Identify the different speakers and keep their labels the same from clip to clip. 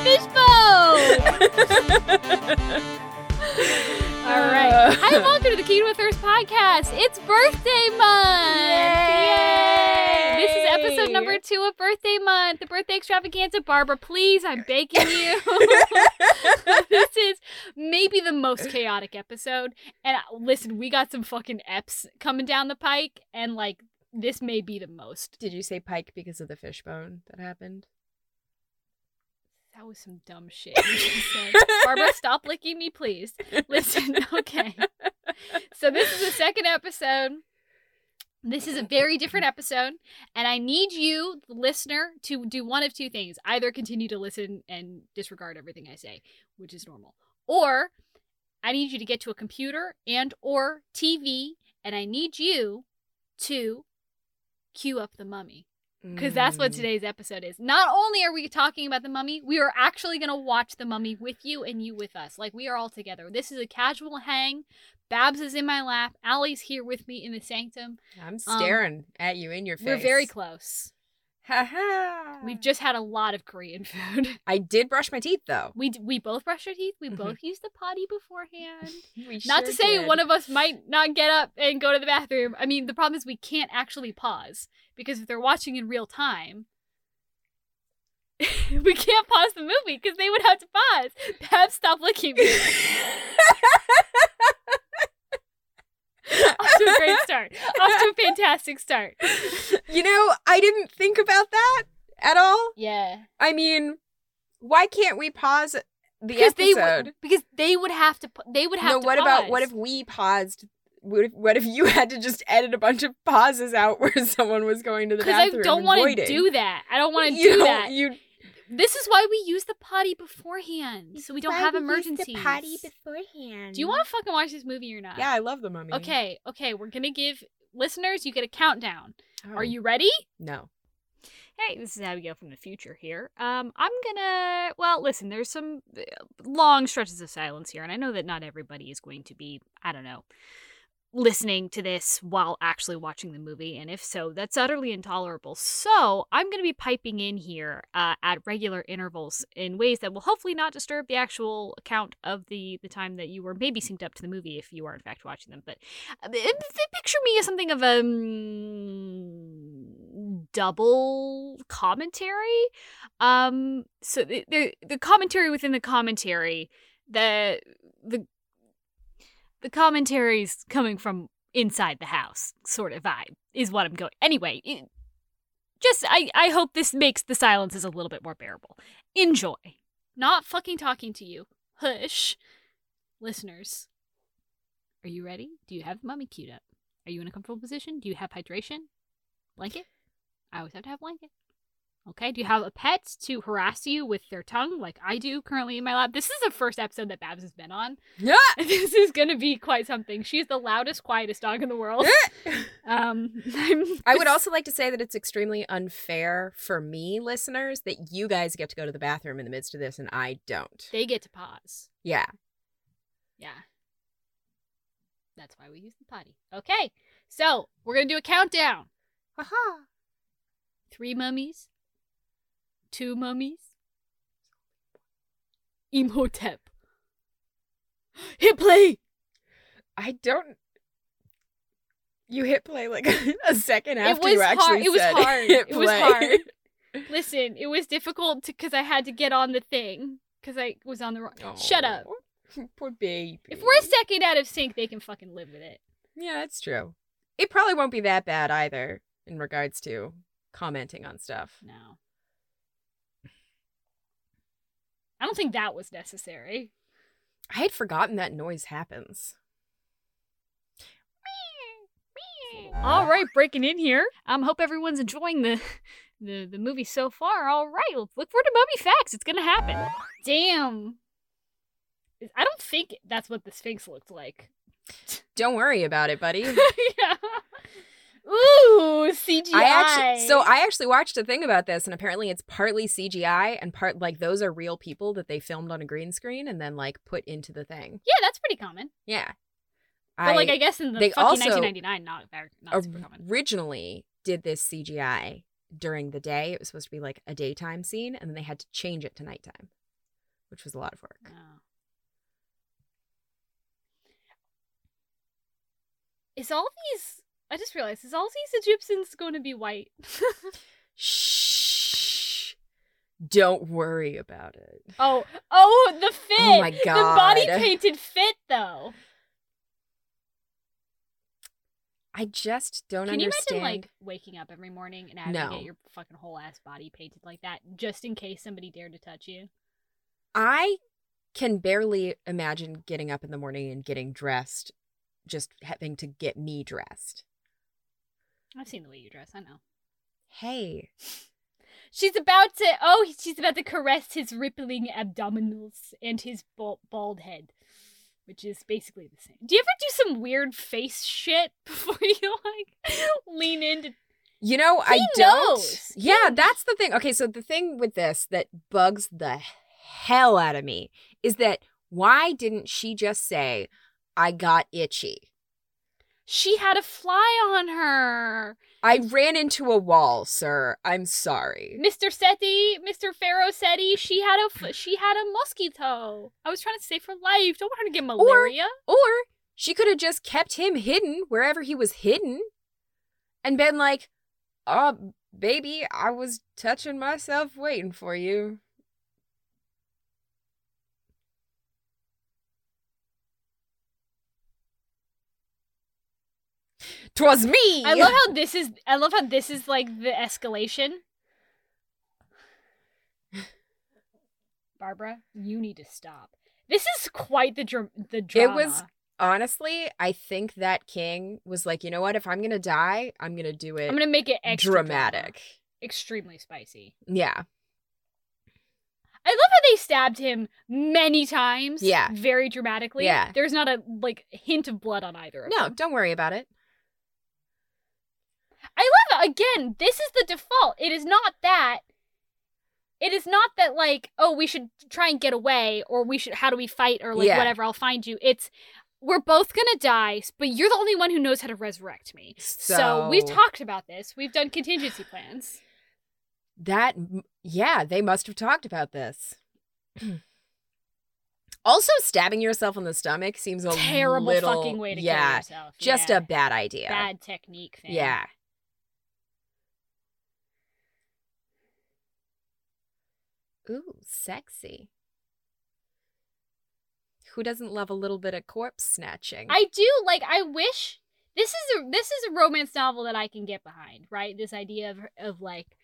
Speaker 1: Fishbone! All right.
Speaker 2: Uh.
Speaker 1: Hi, and welcome to the Kingdom of Thirst podcast. It's birthday month! This is episode
Speaker 2: Yay!
Speaker 1: number two of birthday month, the birthday extravaganza. Barbara, please, I'm begging you. this is maybe the most chaotic episode. And uh, listen, we got some fucking eps coming down the pike, and like, this may be the most.
Speaker 2: Did you say pike because of the fishbone that happened?
Speaker 1: That was some dumb shit. you just said. Barbara, stop licking me, please. Listen, okay. So this is the second episode. This is a very different episode, and I need you, the listener, to do one of two things: either continue to listen and disregard everything I say, which is normal, or I need you to get to a computer and or TV, and I need you to cue up the mummy because that's what
Speaker 2: Mm.
Speaker 1: today's episode is. Not only are we talking about the mummy, we are actually going to watch the mummy with you and you with us. Like we are all together. This is a casual hang. Babs is in my lap. Allie's here with me in the sanctum.
Speaker 2: Mm, I'm staring at you in your face.
Speaker 1: Um, We're very close.
Speaker 2: Ha ha.
Speaker 1: We've just had a lot of Korean food.
Speaker 2: I did brush my teeth though.
Speaker 1: We d- we both brushed our teeth. We
Speaker 2: Mhm.
Speaker 1: both used the potty beforehand.
Speaker 2: We
Speaker 1: not to
Speaker 2: sure
Speaker 1: say
Speaker 2: did.
Speaker 1: one of us might not get up and go to the bathroom. I mean, the problem is we can't actually pause because if they're watching in real time, we can't pause the movie because they would have to pause. Pab, stop looking. at me. Off to a great start. Off to a fantastic start.
Speaker 2: you know, I didn't think about that at all.
Speaker 1: Yeah,
Speaker 2: I mean, why can't we pause the
Speaker 1: because they
Speaker 2: episode?
Speaker 1: would because they would have to pa- they would have
Speaker 2: no,
Speaker 1: to
Speaker 2: what about what
Speaker 1: pause.
Speaker 2: if we paused? What if, what if you had to just edit a bunch of pauses out where someone was going to the
Speaker 1: because I
Speaker 2: bathroom?
Speaker 1: don't want to do that. I don't want to do that.
Speaker 2: You
Speaker 1: This is why we use the potty beforehand, so we don't have emergencies.
Speaker 2: beforehand.
Speaker 1: Do you want to fucking watch this movie or not?
Speaker 2: Yeah, I love the mummy.
Speaker 1: Okay, okay, we're gonna give listeners you get a countdown.
Speaker 2: Oh,
Speaker 1: Are you ready?
Speaker 2: No.
Speaker 1: Hmm. Hey, this is Abigail from the future here. Um, I'm gonna. Well, listen, there's some uh, long stretches of silence here, and I know that not everybody is going to be, I don't know, listening to this while actually watching the movie, and if so, that's utterly intolerable. So I'm gonna be piping in here uh, at regular intervals in ways that will hopefully not disturb the actual account of the the time that you were maybe synced up to the movie if you are in fact watching them. But uh, p- p- picture me as something of a mm, double commentary. Um, so the, the the commentary within the commentary, the the the commentaries coming from inside the house sort of vibe is what I'm going. Anyway, it, just I I hope this makes the silences a little bit more bearable. Enjoy. Not fucking talking to you. Hush. Listeners, are you ready? Do you have the mummy queued up? Are you in a comfortable position? Do you have hydration? Blanket? I always have to have blanket. Okay. Do you have a pet to harass you with their tongue like I do currently in my lab? This is the first episode that Babs has been on.
Speaker 2: Yeah.
Speaker 1: This is going to be quite something. She's the loudest, quietest dog in the world. Um, I'm-
Speaker 2: I would also like to say that it's extremely unfair for me, listeners, that you guys get to go to the bathroom in the midst of this and I don't.
Speaker 1: They get to pause.
Speaker 2: Yeah.
Speaker 1: Yeah. That's why we use the potty. Okay. So we're going to do a countdown
Speaker 2: Aha.
Speaker 1: three mummies, two mummies, Imhotep. Hit play!
Speaker 2: I don't. You hit play like a second after
Speaker 1: was
Speaker 2: you actually
Speaker 1: hard- it was
Speaker 2: said
Speaker 1: hard.
Speaker 2: hit
Speaker 1: It was
Speaker 2: play.
Speaker 1: hard. Listen, it was difficult because I had to get on the thing because I was on the wrong.
Speaker 2: Oh,
Speaker 1: Shut up.
Speaker 2: Aw, Poor baby.
Speaker 1: If we're a second out of sync, they can fucking live with it.
Speaker 2: Yeah, that's true. It probably won't be that bad either in regards to commenting on stuff.
Speaker 1: No. I don't think that was necessary.
Speaker 2: I had forgotten that noise happens.
Speaker 1: All right, breaking in here. Um, hope everyone's enjoying the, the the movie so far. All right, look forward to Mummy Facts. It's gonna happen. Damn. I don't think that's what the Sphinx looked like.
Speaker 2: Don't worry about it, buddy.
Speaker 1: yeah. Ooh, CGI.
Speaker 2: I actually so I actually watched a thing about this and apparently it's partly CGI and part like those are real people that they filmed on a green screen and then like put into the thing.
Speaker 1: yeah, that's pretty common.
Speaker 2: Yeah.
Speaker 1: But like, I guess in the
Speaker 2: they
Speaker 1: fucking
Speaker 2: also-
Speaker 1: 1999, not very, not super common.
Speaker 2: originally did this CGI during the day. It was supposed to be like a daytime scene and then they had to change it to nighttime, which was a lot of work.
Speaker 1: No. Is all these? I just realized is all these Egyptians going to be white?
Speaker 2: Shh. Don't worry about it.
Speaker 1: oh, oh, the fit.
Speaker 2: Oh my
Speaker 1: The body
Speaker 2: God.
Speaker 1: painted fit though.
Speaker 2: I just don't
Speaker 1: Can
Speaker 2: understand.
Speaker 1: you imagine like waking up every morning and having to
Speaker 2: No.
Speaker 1: get your fucking whole ass body painted like that just in case somebody dared to touch you?
Speaker 2: I can barely imagine getting up in the morning and getting dressed, just having to get me dressed.
Speaker 1: I've seen the way you dress. I know.
Speaker 2: Hey,
Speaker 1: She's about to. Oh, she's about to caress his rippling abdominals and his bald, bald head, which is basically the same. Do you ever do some weird face shit before you like lean into?
Speaker 2: you know, I
Speaker 1: He
Speaker 2: don't.
Speaker 1: knows.
Speaker 2: Yeah,
Speaker 1: He-
Speaker 2: that's the thing. Okay, so the thing with this that bugs the hell out of me is that why didn't she just say, I got itchy?
Speaker 1: She had a fly on her.
Speaker 2: I ran into a wall, sir. I'm sorry.
Speaker 1: Mr. Seti, Mr. Pharaoh Seti, she had a f- she had a mosquito. I was trying to save her life. Don't want her to get malaria.
Speaker 2: Or she could have just kept him hidden wherever he was hidden and been like, oh, baby, I was touching myself waiting for you. Twas me.
Speaker 1: I love how this is. I love how this is like the escalation. Barbara, you need to stop. This is quite the dra- the drama.
Speaker 2: It was- Honestly, I think that king was like, you know what? If I'm gonna die, I'm gonna do it
Speaker 1: I'm gonna make it extra drama.
Speaker 2: dramatic.
Speaker 1: extremely spicy.
Speaker 2: Yeah.
Speaker 1: I love how they stabbed him many times.
Speaker 2: Yeah.
Speaker 1: very dramatically.
Speaker 2: Yeah.
Speaker 1: there's not a like hint of blood on either. Of
Speaker 2: No,
Speaker 1: them.
Speaker 2: don't worry about it.
Speaker 1: I love it. Again, this is the default. It is not that. It is not that like, oh, we should try and get away, or we should. How do we fight, or like
Speaker 2: Yeah.
Speaker 1: whatever. I'll find you. It's we're both gonna die, but you're the only one who knows how to resurrect me. So, we've
Speaker 2: So-
Speaker 1: talked about this. We've done contingency plans.
Speaker 2: That, m- yeah, they must have talked about this. also, stabbing yourself in the stomach seems a
Speaker 1: Terrible
Speaker 2: little,
Speaker 1: fucking way to kill
Speaker 2: yeah,
Speaker 1: yourself.
Speaker 2: just
Speaker 1: Yeah.
Speaker 2: a bad idea.
Speaker 1: bad technique. Thing.
Speaker 2: yeah, ooh, sexy. Who doesn't love a little bit of corpse snatching?
Speaker 1: I do like. I wish this is a this is a romance novel that I can get behind. Right, this idea of of like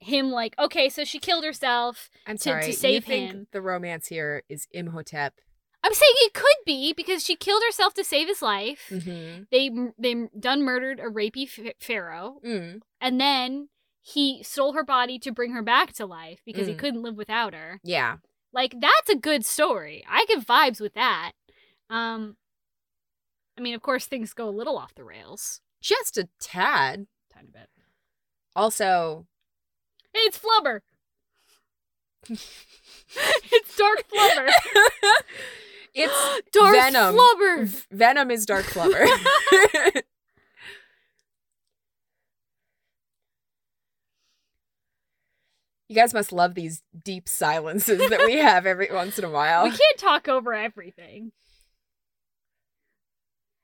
Speaker 1: him like okay so she killed herself
Speaker 2: I'm
Speaker 1: to- to
Speaker 2: sorry, you
Speaker 1: save
Speaker 2: think
Speaker 1: him.
Speaker 2: the romance here is Imhotep?
Speaker 1: i'm saying it could be because she killed herself to save his life
Speaker 2: Mm-hmm.
Speaker 1: they they done murdered a rapey ph- pharaoh
Speaker 2: Mm,
Speaker 1: and then he stole her body to bring her back to life because he
Speaker 2: Mm.
Speaker 1: couldn't live without her
Speaker 2: yeah,
Speaker 1: like that's a good story i get vibes with that um i mean of course things go a little off the rails
Speaker 2: just a tad.
Speaker 1: tiny bit
Speaker 2: Also,
Speaker 1: Hey, it's Flubber. it's Dark Flubber.
Speaker 2: it's
Speaker 1: Dark
Speaker 2: Venom.
Speaker 1: Flubber.
Speaker 2: Venom is Dark Flubber. you guys must love these deep silences that we have every once in a
Speaker 1: We
Speaker 2: while.
Speaker 1: can't talk over everything.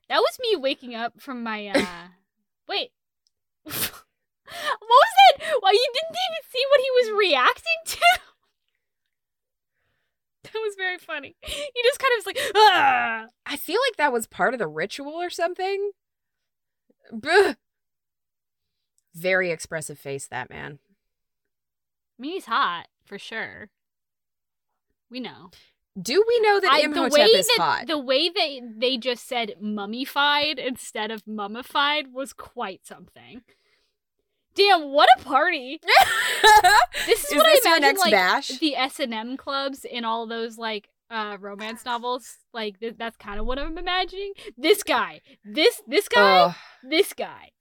Speaker 1: That was me waking up from my uh wait. what was that? Well, you didn't even see what he was reacting to. That was very funny. He just kind of was like, ah.
Speaker 2: I feel like that was part of the ritual or something. Bleh. Very expressive face, that man.
Speaker 1: I mean, he's hot for sure. We know.
Speaker 2: Do we know that
Speaker 1: I-
Speaker 2: Imhotep is
Speaker 1: that,
Speaker 2: hot?
Speaker 1: The way they they just said mummified instead of mummified was quite something. Damn, what a party! This is,
Speaker 2: Is
Speaker 1: what
Speaker 2: this
Speaker 1: I
Speaker 2: your
Speaker 1: imagine
Speaker 2: next
Speaker 1: like
Speaker 2: bash?
Speaker 1: the S and M clubs in all those like uh romance novels. Like th- that's kind of what I'm imagining. This guy, this this guy,
Speaker 2: Ugh.
Speaker 1: this guy.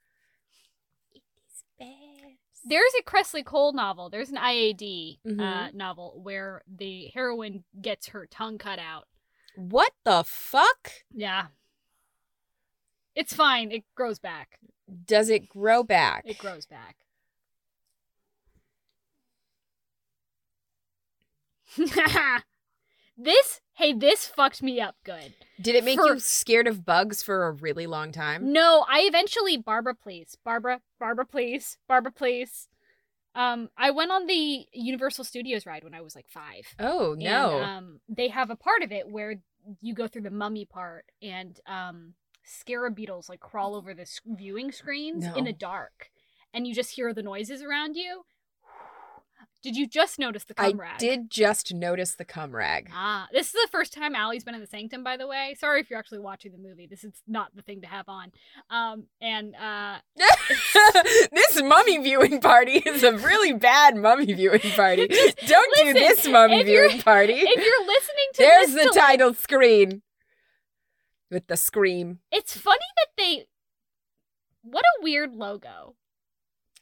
Speaker 1: There's a Cressley Cole novel. There's an IAD uh,
Speaker 2: Mhm.
Speaker 1: novel where the heroine gets her tongue cut out.
Speaker 2: What the fuck?
Speaker 1: Yeah. It's fine. It grows back.
Speaker 2: Does it grow back?
Speaker 1: It grows back. this, hey, this fucked me up good.
Speaker 2: Did it make
Speaker 1: For-
Speaker 2: you scared of bugs for a really long time?
Speaker 1: No, I eventually Barbara, please, Barbara, Barbara, please, Barbara, please. Um, I went on the Universal Studios ride when I was like five.
Speaker 2: Oh
Speaker 1: And,
Speaker 2: no.
Speaker 1: um, they have a part of it where you go through the mummy part and um, scarab beetles like crawl over the s- viewing screens in
Speaker 2: No.
Speaker 1: the dark, and you just hear the noises around you. Did you just notice the
Speaker 2: I
Speaker 1: cum rag?
Speaker 2: did just notice the cum rag.
Speaker 1: Ah, this is the first time Allie's been in the sanctum, by the way. Sorry if you're actually watching the movie. This is not the thing to have on. Um, and uh,
Speaker 2: this mummy viewing party is a really bad mummy viewing party. Don't
Speaker 1: Listen,
Speaker 2: do this mummy
Speaker 1: if you're-
Speaker 2: viewing party.
Speaker 1: if you're listening to
Speaker 2: There's
Speaker 1: this,
Speaker 2: the
Speaker 1: to-
Speaker 2: title screen with the scream.
Speaker 1: it's funny that they. What a weird logo.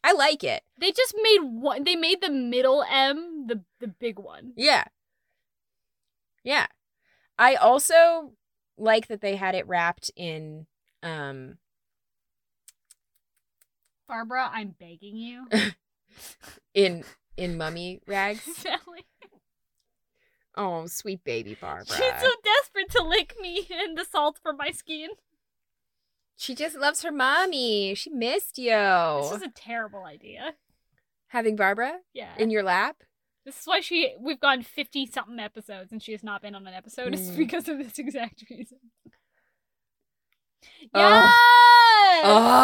Speaker 2: I like it.
Speaker 1: They just made one. They made the middle M the the big one.
Speaker 2: Yeah. Yeah. I also like that they had it wrapped in um
Speaker 1: Barbara, I'm begging you,
Speaker 2: in in mummy rags.
Speaker 1: Sally.
Speaker 2: Oh, sweet baby Barbara.
Speaker 1: She's so desperate to lick me and the salt from my skin.
Speaker 2: She just loves her mommy. She missed you. Oh.
Speaker 1: This is a terrible idea.
Speaker 2: Having Barbara
Speaker 1: Yeah,
Speaker 2: in your lap?
Speaker 1: this is why she. We've gone fifty something episodes and she has not been on an episode. It's
Speaker 2: Mm.
Speaker 1: because of this exact reason. Yes,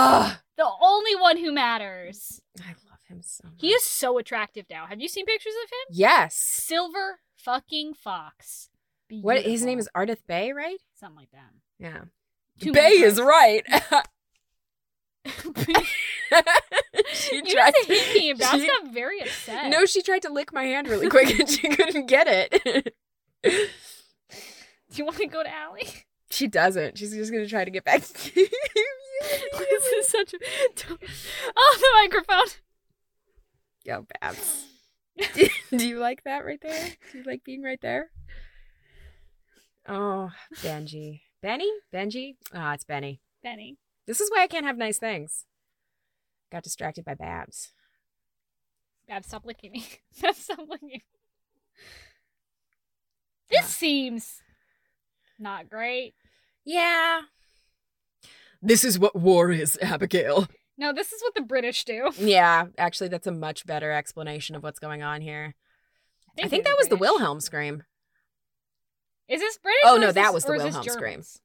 Speaker 2: Oh,
Speaker 1: the only one who matters.
Speaker 2: I love him so much.
Speaker 1: He is so attractive now. Have you seen pictures of him?
Speaker 2: Yes.
Speaker 1: Silver fucking fox.
Speaker 2: What his name
Speaker 1: Beautiful.
Speaker 2: is Ardith Bay, right?
Speaker 1: something like that.
Speaker 2: Yeah.
Speaker 1: Too
Speaker 2: Bay
Speaker 1: many
Speaker 2: is
Speaker 1: times.
Speaker 2: right. she
Speaker 1: you tried to hit me about. I got very upset.
Speaker 2: No, she tried to lick my hand really quick and she couldn't get it.
Speaker 1: do you want to go to Allie?
Speaker 2: she doesn't. She's just gonna try to get back.
Speaker 1: this is such a oh the microphone.
Speaker 2: Yo, Babs. Do you like that right there? Do you like being right there? Oh, Benji. Benny? Benji? Ah, it's Benny.
Speaker 1: Benny,
Speaker 2: This is why I can't have nice things. Got distracted by Babs.
Speaker 1: Bab, stop licking me. Bab, stop licking. me. This
Speaker 2: Yeah.
Speaker 1: seems not great.
Speaker 2: Yeah. This is what war is, Abigail.
Speaker 1: No, this is what the British do. I
Speaker 2: Yeah, actually, that's a much better explanation of what's going on here. I think,
Speaker 1: they're
Speaker 2: that was the
Speaker 1: British.
Speaker 2: Wilhelm scream.
Speaker 1: Is this British?
Speaker 2: Oh,
Speaker 1: or
Speaker 2: no,
Speaker 1: is
Speaker 2: that
Speaker 1: this-
Speaker 2: was the
Speaker 1: or is this
Speaker 2: Wilhelm scream.
Speaker 1: Germans?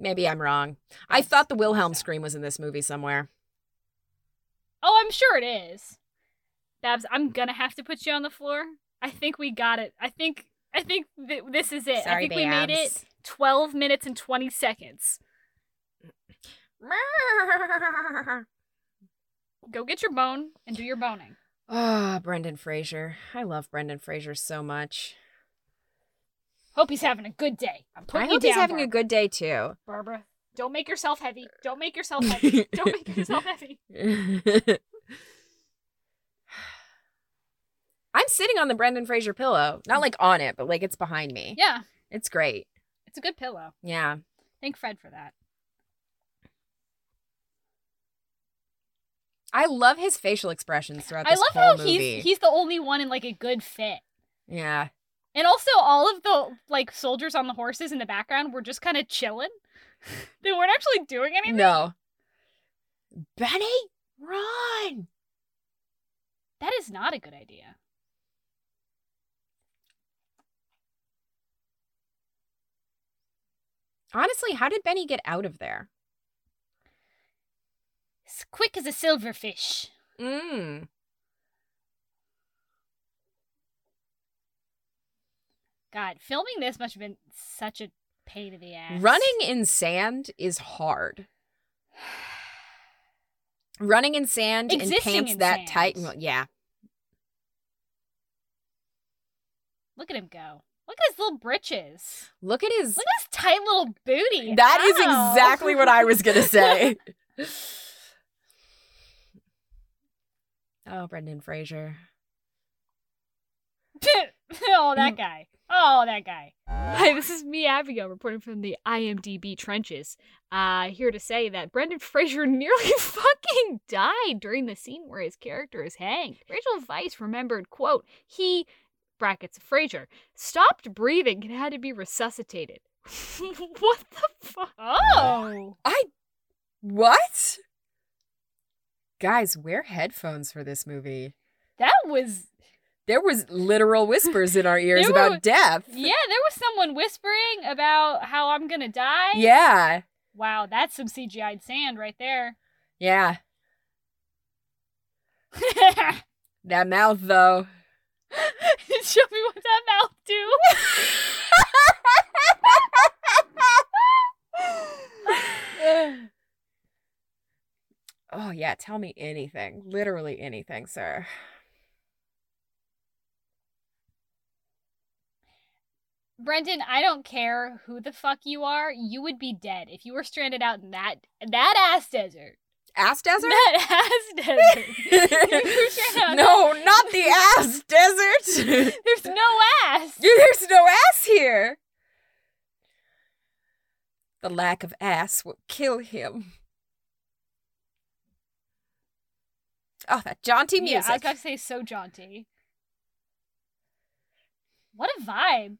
Speaker 2: Maybe I'm wrong. I
Speaker 1: Yes,
Speaker 2: thought the Wilhelm
Speaker 1: so.
Speaker 2: scream was in this movie somewhere.
Speaker 1: Oh, I'm sure it is. Babs, I'm gonna have to put you on the floor. I think we got it. I think I think th- this is it. I
Speaker 2: Sorry,
Speaker 1: think we made it
Speaker 2: Babs.
Speaker 1: 12 minutes and 20 seconds. Go get your bone and do your boning.
Speaker 2: Ah, Brendan Fraser. I love Brendan Fraser so much.
Speaker 1: Hope he's having a good day. I'm
Speaker 2: I
Speaker 1: putting you
Speaker 2: hope
Speaker 1: down,
Speaker 2: he's having a
Speaker 1: Barbara.
Speaker 2: good day too.
Speaker 1: Barbara. Don't make yourself heavy. Don't make yourself heavy. Don't make yourself heavy.
Speaker 2: I'm sitting on the Brendan Fraser pillow. Not like on it, but like it's behind me.
Speaker 1: Yeah,
Speaker 2: It's great.
Speaker 1: it's a good pillow.
Speaker 2: Yeah.
Speaker 1: Thank Fred for that.
Speaker 2: I love his facial expressions throughout
Speaker 1: I
Speaker 2: this
Speaker 1: love how
Speaker 2: whole movie.
Speaker 1: he's he's the only one in like a good fit.
Speaker 2: yeah.
Speaker 1: And also, all of the like soldiers on the horses in the background were just kind of chilling. they weren't actually doing anything.
Speaker 2: No. Benny, run.
Speaker 1: That is not a good idea.
Speaker 2: Honestly, how did Benny get out of there?
Speaker 1: As quick as a silverfish.
Speaker 2: Mm.
Speaker 1: God, filming this must have been such a pain in the ass.
Speaker 2: Running in sand is hard. Running in sand and
Speaker 1: Existing
Speaker 2: pants
Speaker 1: in
Speaker 2: that
Speaker 1: sand.
Speaker 2: tight. well, Yeah.
Speaker 1: Look at him go. Look at his little britches.
Speaker 2: Look at his.
Speaker 1: Look at his tight little booty.
Speaker 2: That is
Speaker 1: Ow.
Speaker 2: exactly what I was going to say. oh, Brendan Fraser.
Speaker 1: oh, that guy. Oh, that guy.
Speaker 3: Mm. Hi, this is me, Abigail, reporting from the IMDb trenches. Uh, here to say that Brendan Fraser nearly fucking died during the scene where his character is hanged. Rachel Weisz remembered, quote, he, brackets Fraser, stopped breathing and had to be resuscitated. what the fuck?
Speaker 1: Oh.
Speaker 2: I. What? Guys, wear headphones for this movie.
Speaker 1: That was
Speaker 2: There was literal whispers in our ears
Speaker 1: There
Speaker 2: about
Speaker 1: were-
Speaker 2: death.
Speaker 1: Yeah, there was someone whispering about how I'm going to die.
Speaker 2: Yeah.
Speaker 1: Wow, that's some CGI'd sand right there.
Speaker 2: Yeah. That mouth though.
Speaker 1: Show me what that mouth do.
Speaker 2: oh yeah, tell me anything. Literally anything, sir.
Speaker 1: Brendan, I don't care who the fuck you are. You would be dead if you were stranded out in that that ass desert.
Speaker 2: Ass desert?
Speaker 1: That ass desert. out-
Speaker 2: no, not the ass desert.
Speaker 1: There's no ass.
Speaker 2: There's no ass here. The lack of ass will kill him. Oh, that jaunty
Speaker 1: Yeah,
Speaker 2: music.
Speaker 1: I was about to say so jaunty. What a vibe.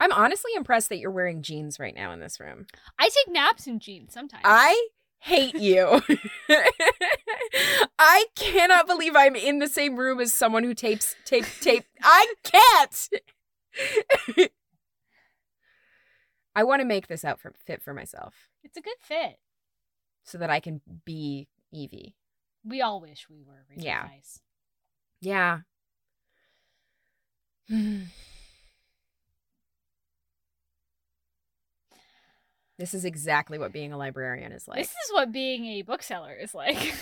Speaker 2: I'm honestly impressed that you're wearing jeans right now in this room.
Speaker 1: I take naps in jeans sometimes.
Speaker 2: I hate you. I cannot believe I'm in the same room as someone who tapes tape tape. I can't. I want to make this outfit fit for myself
Speaker 1: it's a good fit.
Speaker 2: so that I can be Evie.
Speaker 1: We all wish we were really
Speaker 2: Yeah.
Speaker 1: nice.
Speaker 2: Yeah. this is exactly what being a librarian is like.
Speaker 1: this is what being a bookseller is like.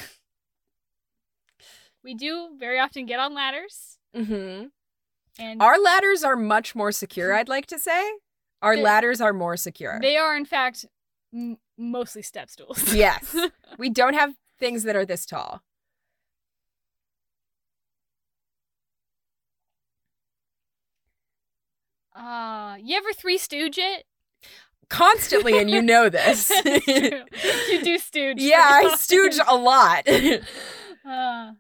Speaker 1: we do very often get on ladders
Speaker 2: Mm-hmm.
Speaker 1: and
Speaker 2: Our ladders are much more secure, I'd like to say. Our
Speaker 1: They-
Speaker 2: ladders are more secure.
Speaker 1: they are in fact m- mostly step stools.
Speaker 2: yes. We don't have things that are this tall.
Speaker 1: Uh, you ever three stooge it?
Speaker 2: Constantly, and you know this.
Speaker 1: It's true. you do stooge.
Speaker 2: yeah, I stooge a lot.
Speaker 1: Uh,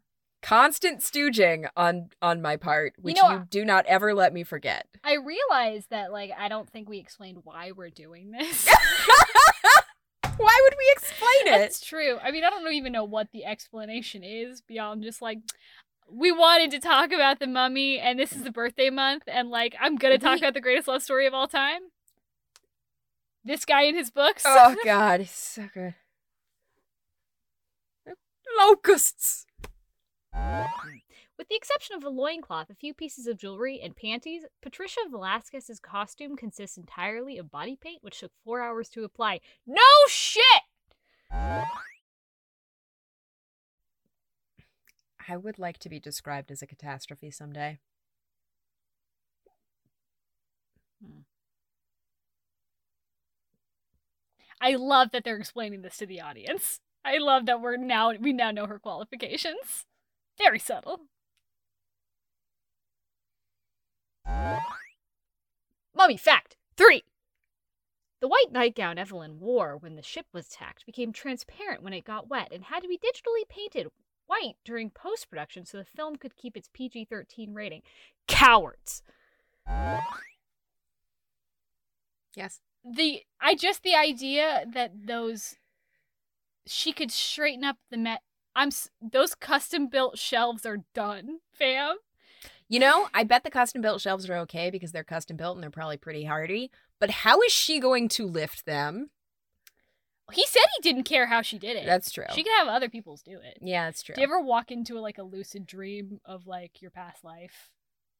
Speaker 2: Constant stooging on on my part, which you,
Speaker 1: know, I-
Speaker 2: do not ever let me forget.
Speaker 1: I realize that like I don't think we explained why we're doing this.
Speaker 2: Why would we explain it?
Speaker 1: That's true. I mean, I don't even know what the explanation is beyond just like we wanted to talk about the mummy and this is the birthday month and like I'm going to talk
Speaker 2: We-
Speaker 1: about the greatest love story of all time. This guy in his books.
Speaker 2: Oh god, it's so good. Locusts.
Speaker 3: With the exception of a loincloth, a few pieces of jewelry, and panties, Patricia Velasquez's costume consists entirely of body paint, which took four hours to apply. No shit!
Speaker 2: I would like to be described as a catastrophe someday.
Speaker 1: I love that they're explaining this to the audience. I love that we're now we now know her qualifications. Very subtle.
Speaker 3: Mummy fact three. The white nightgown Evelyn wore when the ship was attacked became transparent when it got wet and had to be digitally painted white during post production so the film could keep its PG 13 rating. Cowards.
Speaker 2: Yes.
Speaker 1: the I just the idea that those she could straighten up the met. I'm s- those custom built shelves are done, fam.
Speaker 2: You know, I bet the custom built shelves are okay because they're custom built and they're probably pretty hardy. But how is she going to lift them?
Speaker 1: He said he didn't care how she did it.
Speaker 2: That's true.
Speaker 1: she could have other people's do it.
Speaker 2: yeah, that's true.
Speaker 1: Do you ever walk into like a lucid dream of like your past life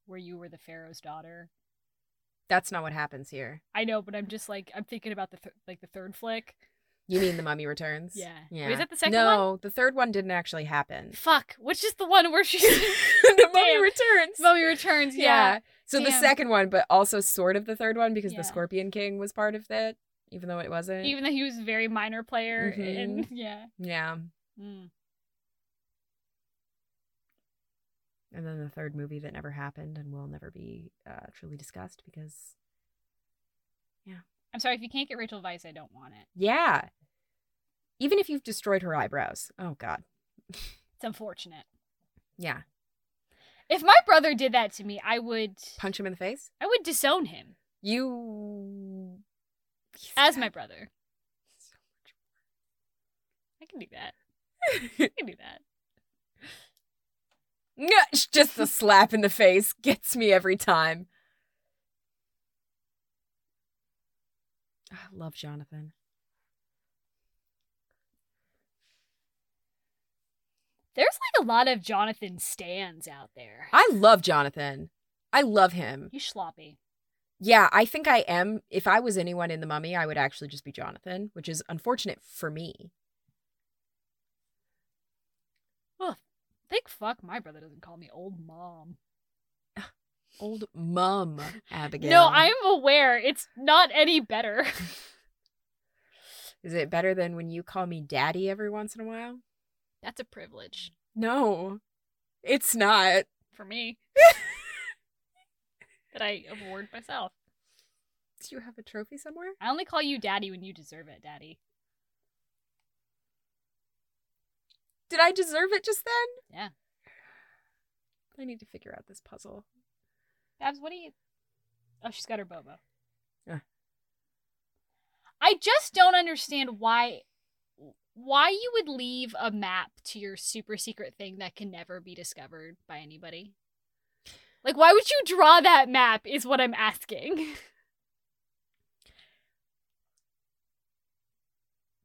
Speaker 1: where you were the pharaoh's daughter?
Speaker 2: that's not what happens here.
Speaker 1: I know, but I'm just like I'm thinking about the th- like the third flick.
Speaker 2: You mean the mummy returns?
Speaker 1: Yeah.
Speaker 2: Yeah.
Speaker 1: Wait, is that the second
Speaker 2: no, the third one didn't actually happen.
Speaker 1: Fuck, which is the one where she's
Speaker 2: the mummy
Speaker 1: Damn.
Speaker 2: returns.
Speaker 1: Mummy returns?
Speaker 2: yeah. So the
Speaker 1: Damn.
Speaker 2: second one, but also sort of the third one because
Speaker 1: Yeah.
Speaker 2: the Scorpion King was part of it. even though it wasn't.
Speaker 1: even though he was a very minor player
Speaker 2: Mhm.
Speaker 1: and yeah
Speaker 2: yeah.
Speaker 3: Mm.
Speaker 2: And then the third movie that never happened and will never be uh, truly discussed because,
Speaker 1: i'm sorry if you can't get rachel weisz i don't want it
Speaker 2: yeah. Even if you've destroyed her eyebrows. Oh, God.
Speaker 1: it's unfortunate
Speaker 2: Yeah.
Speaker 1: if my brother did that to me i would
Speaker 2: Punch him in the face.
Speaker 1: i would disown him
Speaker 2: You.
Speaker 1: as my brother i can do that i can do that
Speaker 2: Ngah, Just a slap in the face gets me every time. I love Jonathan.
Speaker 1: there's like a lot of jonathan stands out there
Speaker 2: I love Jonathan. I love him.
Speaker 1: you sloppy
Speaker 2: Yeah, I think I am. If I was anyone in the mummy, I would actually just be Jonathan, which is unfortunate for me.
Speaker 1: thank fuck my brother doesn't call me old mom
Speaker 2: Old mum, Abigail.
Speaker 1: no i'm aware it's not any better
Speaker 2: Is it better than when you call me daddy every once in a while?
Speaker 1: that's a privilege
Speaker 2: No, it's not.
Speaker 1: for me that I award myself.
Speaker 2: Do you have a trophy somewhere?
Speaker 1: I only call you daddy when you deserve it, daddy.
Speaker 2: Did I deserve it just then?
Speaker 1: Yeah.
Speaker 2: I need to figure out this puzzle.
Speaker 1: Babs, what do you. Oh, she's got her bobo.
Speaker 2: Yeah.
Speaker 1: I just don't understand why. Why you would leave a map to your super secret thing that can never be discovered by anybody? Like, why would you draw that map? Is what I'm asking.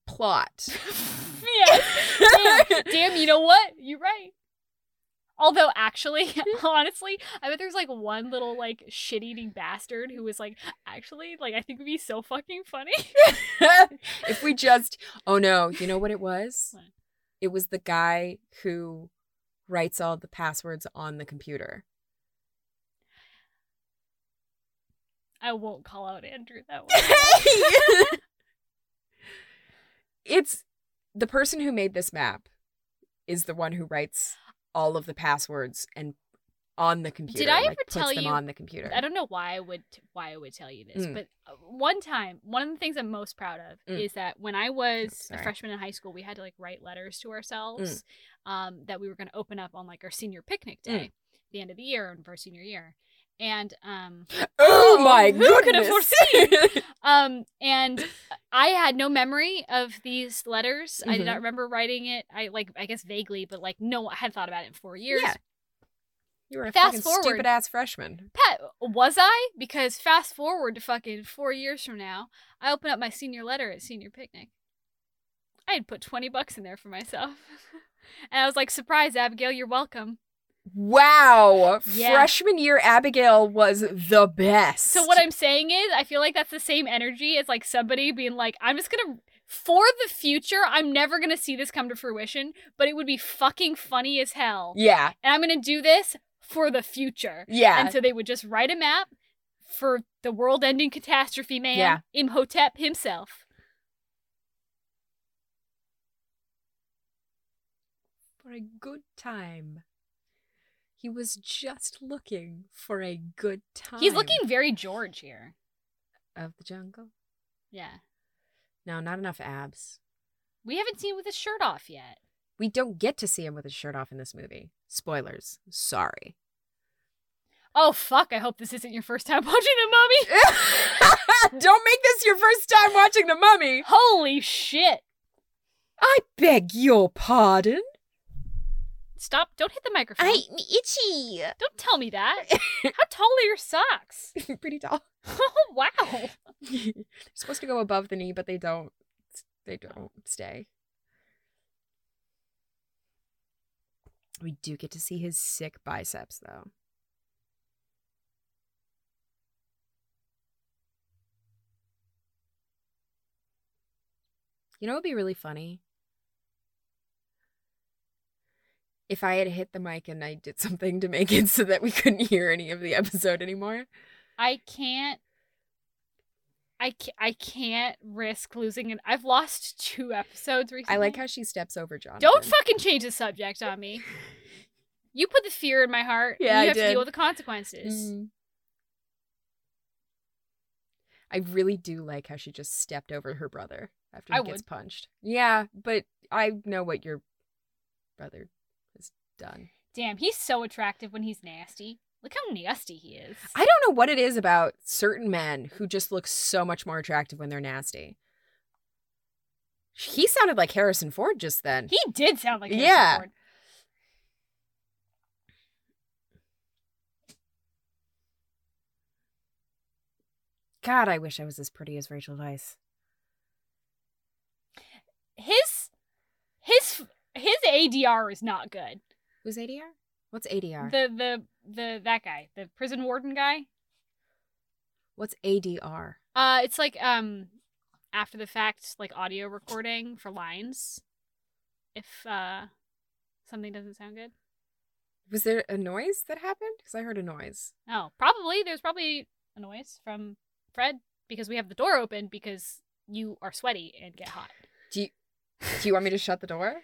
Speaker 2: Plot.
Speaker 1: yeah. damn, damn, you know what? You're right. Although, actually, honestly, I bet there's like one little like shit eating bastard who was like, actually, like I think would be so fucking funny.
Speaker 2: if we just oh no you know what it was
Speaker 1: What?
Speaker 2: it was the guy who writes all the passwords on the computer
Speaker 1: I won't call out Andrew that way.
Speaker 2: it's the person who made this map is the one who writes all of the passwords and on the computer
Speaker 1: I
Speaker 2: like,
Speaker 1: ever
Speaker 2: puts
Speaker 1: tell
Speaker 2: them
Speaker 1: you-
Speaker 2: on the computer
Speaker 1: I don't know why I would why I would tell you this,
Speaker 2: Mm.
Speaker 1: but uh, one time, one of the things I'm most proud of
Speaker 2: Mm.
Speaker 1: is that when I was a
Speaker 2: sorry. Mm.
Speaker 1: freshman in high school, we had to like write letters to ourselves um, that we were going to open up on like our senior
Speaker 2: Mm.
Speaker 1: picnic day, at the end of the year and for our senior year, and um,
Speaker 2: oh
Speaker 1: Oh,
Speaker 2: my
Speaker 1: who could have
Speaker 2: goodness.
Speaker 1: um, and I had no memory of these letters. I did
Speaker 2: Mhm.
Speaker 1: not remember writing it. I like I guess vaguely, but like no, I had thought about it in four years.
Speaker 2: Yeah. you were a
Speaker 1: Fast
Speaker 2: fucking
Speaker 1: forward.
Speaker 2: stupid ass freshman
Speaker 1: Pat, uh, was I? Because fast forward to fucking four years from now, I open up my senior letter at senior picnic. I had put twenty bucks in there for myself, and I was like, "Surprise, Abigail, you're welcome."
Speaker 2: Wow.
Speaker 1: Yeah.
Speaker 2: Freshman year Abigail was the best.
Speaker 1: So what I'm saying is, I feel like that's the same energy as like somebody being like, "I'm just gonna." For the future, I'm never gonna see this come to fruition, but it would be fucking funny as hell.
Speaker 2: Yeah.
Speaker 1: And I'm gonna do this for the future.
Speaker 2: Yeah.
Speaker 1: And so they would just write a map for the world ending catastrophe man,
Speaker 2: Yeah.
Speaker 1: Imhotep himself.
Speaker 2: for a good time. He was just looking for a good time.
Speaker 1: He's looking very George here.
Speaker 2: of the jungle.
Speaker 1: Yeah.
Speaker 2: No, not enough abs.
Speaker 1: We haven't seen with his shirt off yet.
Speaker 2: We don't get to see him with his shirt off in this movie. Spoilers. Sorry.
Speaker 1: Oh fuck, I hope this isn't your first time watching the mummy.
Speaker 2: don't make this your first time watching The Mummy.
Speaker 1: Holy shit.
Speaker 2: I beg your pardon.
Speaker 1: Stop. Don't hit the microphone.
Speaker 2: itchy.
Speaker 1: Don't tell me that. How tall are your socks?
Speaker 2: Pretty tall.
Speaker 1: Oh wow.
Speaker 2: They're supposed to go above the knee, but they don't. They don't stay. We do get to see his sick biceps, though. You know what would be really funny? If I had hit the mic and I did something to make it so that we couldn't hear any of the episode anymore.
Speaker 1: I can't. I I ca- I can't risk losing an. I've lost two episodes recently.
Speaker 2: I like how she steps over John.
Speaker 1: Don't fucking change the subject on me. You put the fear in my heart. and
Speaker 2: Yeah,
Speaker 1: you
Speaker 2: I
Speaker 1: have to
Speaker 2: did. Mm.
Speaker 1: deal with the consequences.
Speaker 2: Mm-hmm. I really do like how she just stepped over her brother after he
Speaker 1: I
Speaker 2: gets
Speaker 1: would.
Speaker 2: punched. Yeah, but I know what your brother has done.
Speaker 1: Damn, he's so attractive when he's nasty. Look how nasty he is.
Speaker 2: I don't know what it is about certain men who just look so much more attractive when they're nasty. He sounded like Harrison Ford just then.
Speaker 1: he did sound like Harrison
Speaker 2: Yeah.
Speaker 1: Ford.
Speaker 2: God, I wish I was as pretty as Rachel Weisz.
Speaker 1: His his his ADR is not good.
Speaker 2: Who's ADR? What's ADR?
Speaker 1: The the the that guy, the prison warden guy.
Speaker 2: What's ADR?
Speaker 1: Uh, it's like um, after the fact, like audio recording for lines. If uh, something doesn't sound good.
Speaker 2: Was there a noise that happened? Because I heard a noise.
Speaker 1: Oh, probably there's probably a noise from Fred because we have the door open because you are sweaty and get hot.
Speaker 2: Do you, do you want me to shut the door?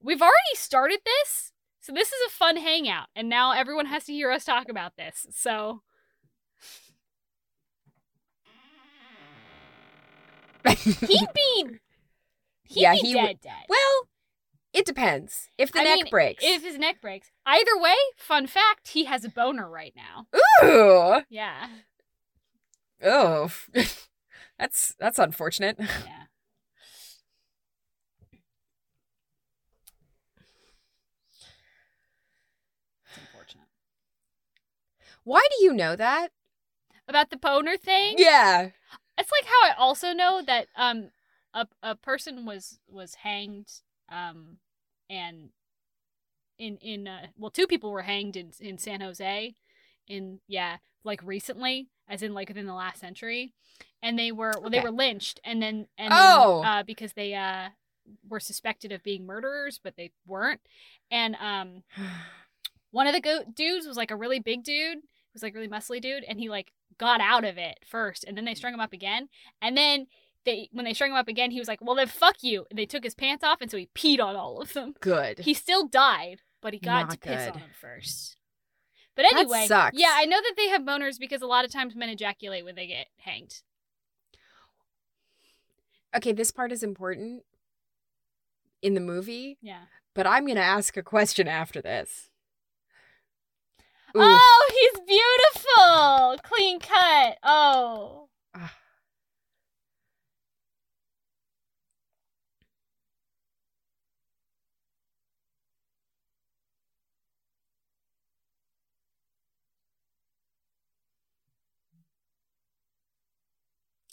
Speaker 1: We've already started this, so this is a fun hangout, and now everyone has to hear us talk about this. So he'd be he'd
Speaker 2: Yeah,
Speaker 1: be
Speaker 2: he
Speaker 1: dead
Speaker 2: would-
Speaker 1: dead.
Speaker 2: well, it depends. If the
Speaker 1: I
Speaker 2: neck
Speaker 1: mean,
Speaker 2: breaks.
Speaker 1: If his neck breaks. Either way, fun fact, he has a boner right now.
Speaker 2: Ooh.
Speaker 1: Yeah.
Speaker 2: Oh. that's that's unfortunate.
Speaker 1: Yeah. It's unfortunate.
Speaker 2: Why do you know that?
Speaker 1: About the boner thing?
Speaker 2: Yeah.
Speaker 1: It's like how I also know that um a a person was was hanged um and in in uh, well two people were hanged in in San Jose in yeah like recently as in like within the last century and they were well, they
Speaker 2: Okay.
Speaker 1: were lynched and then and
Speaker 2: Oh.
Speaker 1: then, uh, because they uh were suspected of being murderers but they weren't and um one of the go- dudes was like a really big dude who was like really muscly dude and he like got out of it first and then they strung him up again and then they when they strung him up again he was like well then fuck you and they took his pants off and so he peed on all of them
Speaker 2: Good.
Speaker 1: he still died but he got to
Speaker 2: Not
Speaker 1: piss
Speaker 2: good.
Speaker 1: on them first but anyway
Speaker 2: sucks.
Speaker 1: yeah i know that they have boners because a lot of times men ejaculate when they get hanged
Speaker 2: okay, this part is important in the movie,
Speaker 1: yeah
Speaker 2: but I'm going to ask a question after this. Ooh.
Speaker 1: oh he's beautiful clean cut oh
Speaker 2: Ah.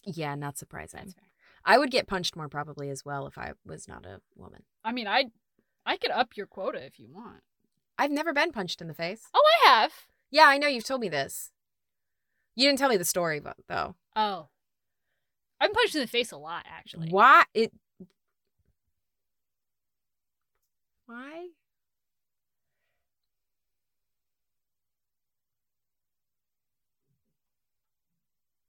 Speaker 2: Yeah, not surprising.
Speaker 1: that's fair
Speaker 2: I would get punched more probably as well if I was not a woman.
Speaker 1: i mean i i could up your quota if you want
Speaker 2: I've never been punched in the face.
Speaker 1: oh i have
Speaker 2: Yeah, I know you've told me this. You didn't tell me the story, but though.
Speaker 1: Oh. I've been punched in the face a lot, actually.
Speaker 2: Why it? Why?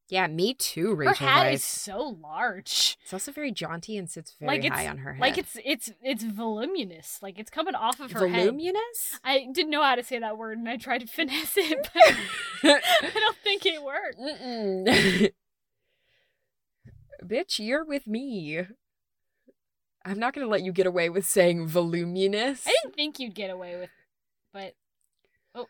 Speaker 2: Yeah, me too.
Speaker 1: Her
Speaker 2: Rachel
Speaker 1: hat is
Speaker 2: Weisz.
Speaker 1: so large.
Speaker 2: It's also very jaunty and sits very
Speaker 1: Like
Speaker 2: high
Speaker 1: it's-
Speaker 2: on her head.
Speaker 1: Like it's it's it's voluminous. Like it's coming off of her head.
Speaker 2: voluminous.
Speaker 1: I didn't know how to say that word and I tried to finesse it, but I don't think it worked.
Speaker 2: Mm-mm. Bitch, you're with me. I'm not gonna let you get away with saying voluminous.
Speaker 1: I didn't think you'd get away with but oh.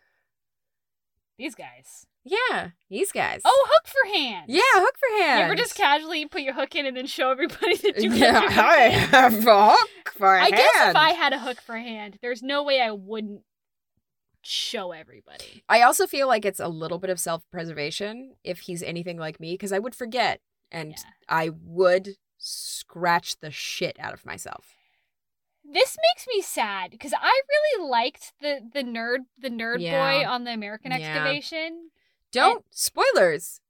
Speaker 1: These guys.
Speaker 2: Yeah, these guys.
Speaker 1: Oh, hook for hand.
Speaker 2: Yeah, hook for
Speaker 1: You
Speaker 2: hand.
Speaker 1: ever just casually put your hook in and then show everybody that you
Speaker 2: yeah,
Speaker 1: hooked your
Speaker 2: I
Speaker 1: hand?
Speaker 2: have a hook for a
Speaker 1: I
Speaker 2: hand.
Speaker 1: guess if I had a hook for hand, there's no way I wouldn't show everybody.
Speaker 2: I also feel like it's a little bit of self-preservation if he's anything like me, because I would forget and
Speaker 1: Yeah.
Speaker 2: I would scratch the shit out of myself.
Speaker 1: This makes me sad because I really liked the the nerd the nerd boy
Speaker 2: Yeah.
Speaker 1: on the American
Speaker 2: Yeah.
Speaker 1: Excavation.
Speaker 2: Don't spoilers.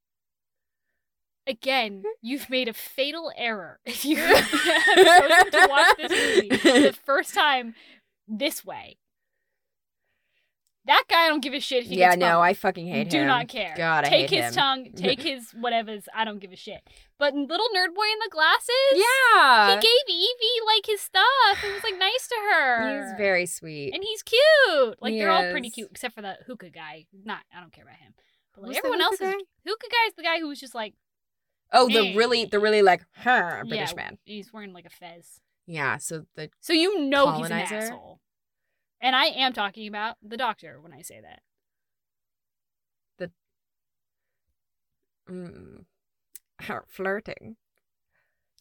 Speaker 1: Again, you've made a fatal error if you have chosen to watch this movie the first time this way. That guy I don't give a shit if he
Speaker 2: yeah,
Speaker 1: gets
Speaker 2: no,
Speaker 1: bumped.
Speaker 2: I fucking hate
Speaker 1: do
Speaker 2: him.
Speaker 1: not care.
Speaker 2: God, I
Speaker 1: take
Speaker 2: hate
Speaker 1: his
Speaker 2: him.
Speaker 1: tongue, take his whatever's. I don't give a shit. But little nerd boy in the glasses, he
Speaker 2: Yeah,
Speaker 1: gave Evie like his stuff. It was like nice to her.
Speaker 2: he's very sweet.
Speaker 1: and he's cute. Like
Speaker 2: He
Speaker 1: they're all pretty
Speaker 2: is.
Speaker 1: cute except for that hookah guy. Not, I don't care about him. But like,
Speaker 2: Was the
Speaker 1: everyone else
Speaker 2: hookah
Speaker 1: is
Speaker 2: guy?
Speaker 1: hookah guy's the guy who was just like
Speaker 2: Oh, the
Speaker 1: Hey.
Speaker 2: really, the really like her British
Speaker 1: Yeah.
Speaker 2: man.
Speaker 1: he's wearing like a fez.
Speaker 2: Yeah, so the
Speaker 1: So you know he's
Speaker 2: Colonizer?
Speaker 1: an asshole. And I am talking about the doctor when I say that.
Speaker 2: mm, her flirting,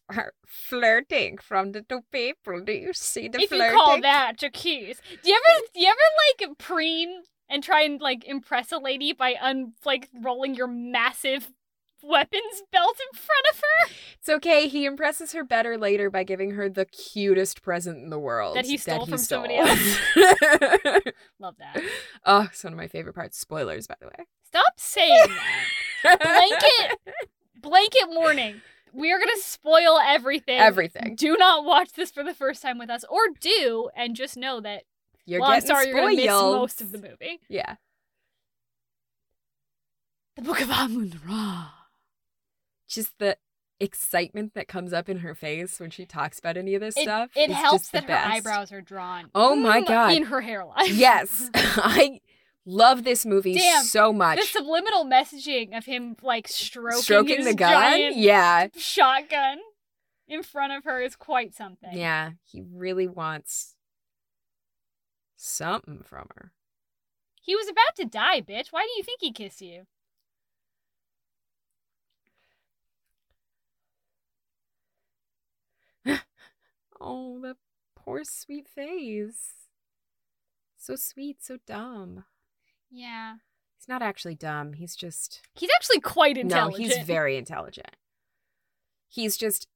Speaker 2: her flirting from the two people. Do you see the
Speaker 1: if
Speaker 2: flirting?
Speaker 1: you call that a kiss, do you ever do you ever like preen and try and like impress a lady by un like rolling your massive weapons belt in front of her?
Speaker 2: It's okay. He impresses her better later by giving her the cutest present in the world
Speaker 1: That he stole from somebody
Speaker 2: else.
Speaker 1: Love that.
Speaker 2: oh, it's one of my favorite parts. Spoilers, by the way.
Speaker 1: Stop saying that. Blanket blanket warning. We are gonna spoil everything.
Speaker 2: Everything.
Speaker 1: Do not watch this for the first time with us, or do, and just know that.
Speaker 2: You're
Speaker 1: well, I'm
Speaker 2: getting
Speaker 1: sorry, you're gonna miss
Speaker 2: spoiled.
Speaker 1: most of the movie.
Speaker 2: Yeah.
Speaker 3: The Book of Amun Ra.
Speaker 2: Just the excitement that comes up in her face when she talks about any of this
Speaker 1: It,
Speaker 2: stuff.
Speaker 1: it
Speaker 2: is
Speaker 1: helps
Speaker 2: just the
Speaker 1: that her
Speaker 2: best.
Speaker 1: eyebrows are drawn.
Speaker 2: Oh my
Speaker 1: Mm,
Speaker 2: God.
Speaker 1: In her hairline.
Speaker 2: Yes. I love this movie
Speaker 1: Damn,
Speaker 2: so much.
Speaker 1: The subliminal messaging of him like stroking,
Speaker 2: Stroking
Speaker 1: his
Speaker 2: the gun?
Speaker 1: giant
Speaker 2: yeah.
Speaker 1: shotgun in front of her is quite something.
Speaker 2: Yeah. He really wants something from her.
Speaker 1: He was about to die, bitch. Why do you think he kissed you?
Speaker 2: Oh, that poor sweet face. So sweet, so dumb.
Speaker 1: Yeah.
Speaker 2: He's not actually dumb. He's just
Speaker 1: He's actually quite
Speaker 2: no.
Speaker 1: intelligent.
Speaker 2: He's very intelligent. He's just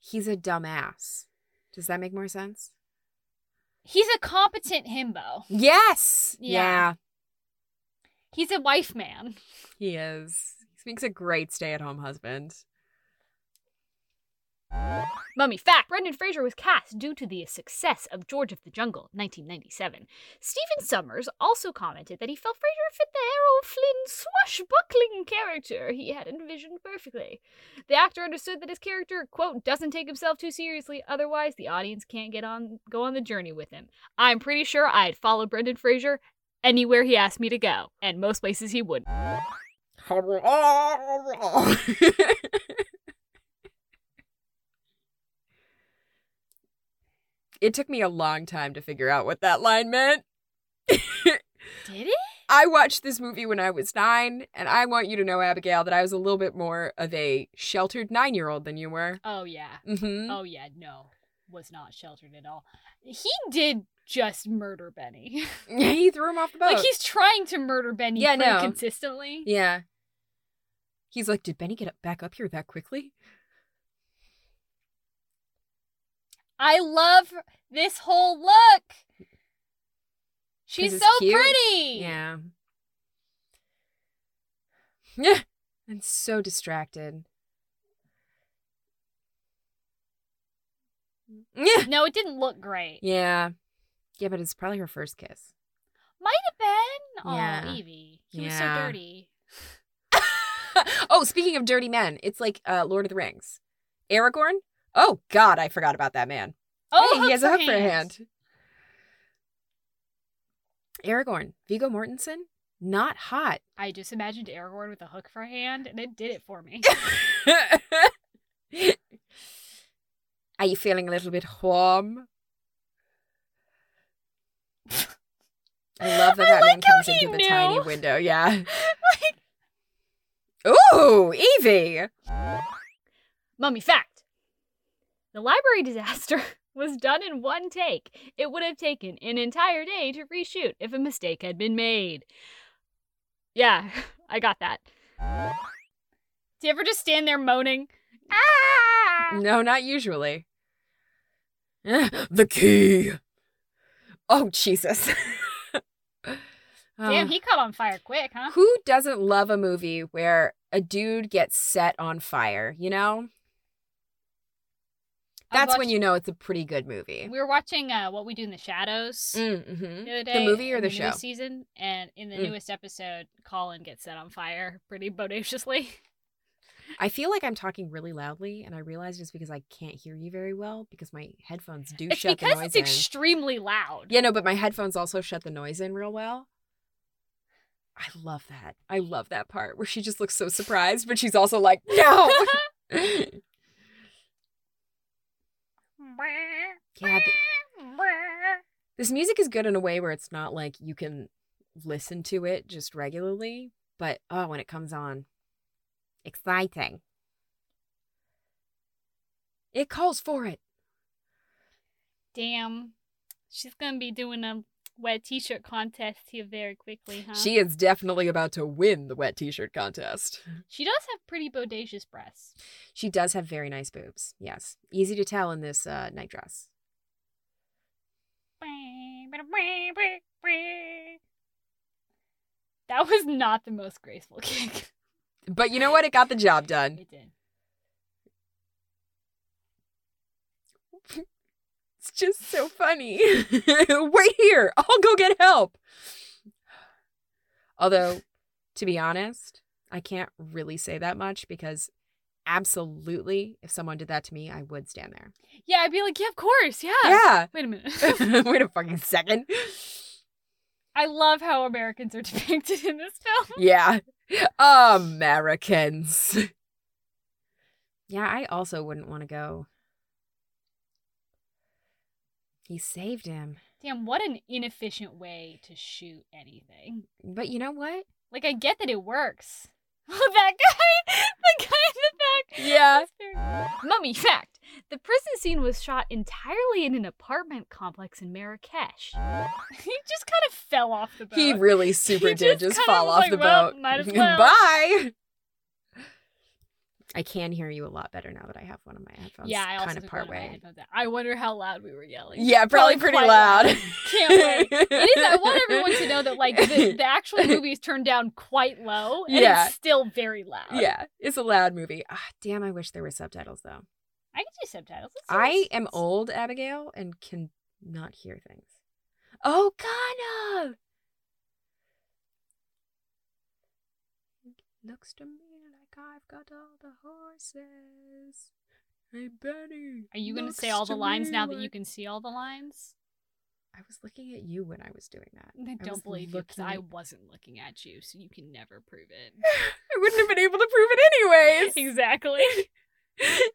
Speaker 2: he's a dumbass. Does that make more sense?
Speaker 1: He's a competent himbo.
Speaker 2: Yes.
Speaker 1: Yeah. He's a wife man.
Speaker 2: Yeah, he is. He makes a great stay-at-home husband.
Speaker 3: Mummy fact: Brendan Fraser was cast due to the success of George of the Jungle, 1997. Stephen Summers also commented that he felt Fraser fit the Errol Flynn swashbuckling character he had envisioned perfectly. The actor understood that his character, quote, doesn't take himself too seriously, otherwise the audience can't get on go on the journey with him. I'm pretty sure I'd follow Brendan Fraser anywhere he asked me to go, and most places he wouldn't.
Speaker 2: it took me a long time to figure out what that line meant.
Speaker 1: Did it?
Speaker 2: I watched this movie when I was nine, and I want you to know, Abigail, that I was a little bit more of a sheltered nine year old than you were.
Speaker 1: Oh yeah.
Speaker 2: hmm
Speaker 1: Oh yeah, no. Was not sheltered at all. He did just murder Benny.
Speaker 2: Yeah, he threw him off the boat.
Speaker 1: Like he's trying to murder Benny
Speaker 2: Yeah,
Speaker 1: pretty
Speaker 2: no.
Speaker 1: consistently.
Speaker 2: yeah. He's like, did Benny get up back up here that quickly?
Speaker 1: I love this whole look.
Speaker 2: 'Cause
Speaker 1: She's
Speaker 2: it's
Speaker 1: so
Speaker 2: cute.
Speaker 1: pretty.
Speaker 2: Yeah. Yeah. I'm so distracted. Yeah.
Speaker 1: No, it didn't look great.
Speaker 2: Yeah. Yeah, but it's probably her first kiss.
Speaker 1: Might have been. Oh,
Speaker 2: Yeah.
Speaker 1: Evie. He was so
Speaker 2: Yeah.
Speaker 1: dirty.
Speaker 2: oh, speaking of dirty men, it's like uh, Lord of the Rings. Aragorn? Oh, God, I forgot about that man.
Speaker 1: Oh,
Speaker 2: hey, he has a hook
Speaker 1: hand.
Speaker 2: for a hand. Aragorn, Vigo Mortensen, not hot.
Speaker 1: I just imagined Aragorn with a hook for a hand, and it did it for me.
Speaker 2: Are you feeling a little bit warm? I love that
Speaker 1: I
Speaker 2: that man
Speaker 1: like how
Speaker 2: comes
Speaker 1: he
Speaker 2: into the
Speaker 1: knew.
Speaker 2: tiny window. Yeah.
Speaker 1: Like-
Speaker 2: Ooh, Evie.
Speaker 3: Mummy fact. The library disaster was done in one take. It would have taken an entire day to reshoot if a mistake had been made. Yeah, I got that.
Speaker 1: Do you ever just stand there moaning? Ah!
Speaker 2: No, not usually. Eh, the key. Oh, Jesus.
Speaker 1: Damn,
Speaker 2: Uh,
Speaker 1: he caught on fire quick, huh?
Speaker 2: who doesn't love a movie where a dude gets set on fire, you know?
Speaker 1: I was
Speaker 2: That's when
Speaker 1: watching-
Speaker 2: you know it's a pretty good movie.
Speaker 1: We were watching uh, What We Do in the Shadows
Speaker 2: Mm-hmm.
Speaker 1: the other
Speaker 2: The
Speaker 1: day.
Speaker 2: movie or
Speaker 1: in
Speaker 2: the
Speaker 1: newest
Speaker 2: show?
Speaker 1: Season and in the
Speaker 2: Mm.
Speaker 1: newest episode, Colin gets set on fire pretty bodaciously.
Speaker 2: I feel like I'm talking really loudly, and I realize it's because I can't hear you very well because my headphones do
Speaker 1: It's
Speaker 2: shut the
Speaker 1: because
Speaker 2: noise
Speaker 1: it's
Speaker 2: in.
Speaker 1: extremely loud.
Speaker 2: yeah, no, but my headphones also shut the noise in real well. I love that. I love that part where she just looks so surprised, but she's also like, no. yeah, th- this music is good in a way where it's not like you can listen to it just regularly, but oh, when it comes on, exciting. It calls for it.
Speaker 1: Damn. She's going to be doing a wet t shirt contest here very quickly, huh?
Speaker 2: She is definitely about to win the wet t shirt contest.
Speaker 1: She does have pretty bodacious breasts.
Speaker 2: She does have very nice boobs. Yes. Easy to tell in this uh, night dress.
Speaker 1: That was not the most graceful kick.
Speaker 2: But you know what? It got the job done.
Speaker 1: It did.
Speaker 2: It's just so funny. Wait here. I'll go get help. Although, to be honest, I can't really say that much because absolutely, if someone did that to me, I would stand there.
Speaker 1: Yeah, I'd be like, yeah, of course. Yeah.
Speaker 2: Yeah.
Speaker 1: Wait a minute.
Speaker 2: Wait a fucking second.
Speaker 1: I love how Americans are depicted in this film.
Speaker 2: Yeah. Americans. Yeah, I also wouldn't want to go. He saved him.
Speaker 1: Damn, what an inefficient way to shoot anything.
Speaker 2: But you know what?
Speaker 1: Like, I get that it works. that guy, the guy in the back.
Speaker 2: Yeah.
Speaker 1: That's very- Mummy fact: the prison scene was shot entirely in an apartment complex in Marrakesh. he just kind of fell off the boat.
Speaker 2: He really super
Speaker 1: He
Speaker 2: did
Speaker 1: just kinda
Speaker 2: just fall
Speaker 1: was
Speaker 2: off
Speaker 1: like,
Speaker 2: the
Speaker 1: "Well,
Speaker 2: boat.
Speaker 1: might as well."
Speaker 2: Bye. I can hear you a lot better now that I have one of my headphones.
Speaker 1: yeah, I also
Speaker 2: kind of
Speaker 1: took one of
Speaker 2: part
Speaker 1: my
Speaker 2: way.
Speaker 1: headphones out. I wonder how loud we were yelling.
Speaker 2: Yeah, probably, pretty
Speaker 1: quite
Speaker 2: loud.
Speaker 1: Can't wait. It is. I want everyone to know that like the, the actual movie is turned down quite low, and
Speaker 2: Yeah.
Speaker 1: it's still very loud.
Speaker 2: yeah, it's a loud movie. Ah, damn, I wish there were subtitles though.
Speaker 1: I can do subtitles. It's
Speaker 2: I
Speaker 1: nice.
Speaker 2: am old, Abigail, and can not hear things. Oh, Ghana! Looks to me like I've got all the horses. Hey, Benny.
Speaker 1: Are you going to say
Speaker 2: looks
Speaker 1: all the
Speaker 2: to
Speaker 1: lines
Speaker 2: me
Speaker 1: now that
Speaker 2: like-
Speaker 1: you can see all the lines?
Speaker 2: I was looking at you when I was doing that.
Speaker 1: I
Speaker 2: was
Speaker 1: don't believe you 'cause I
Speaker 2: looking-
Speaker 1: wasn't looking at you, so you can never prove it.
Speaker 2: I wouldn't have been able to prove it anyways.
Speaker 1: exactly.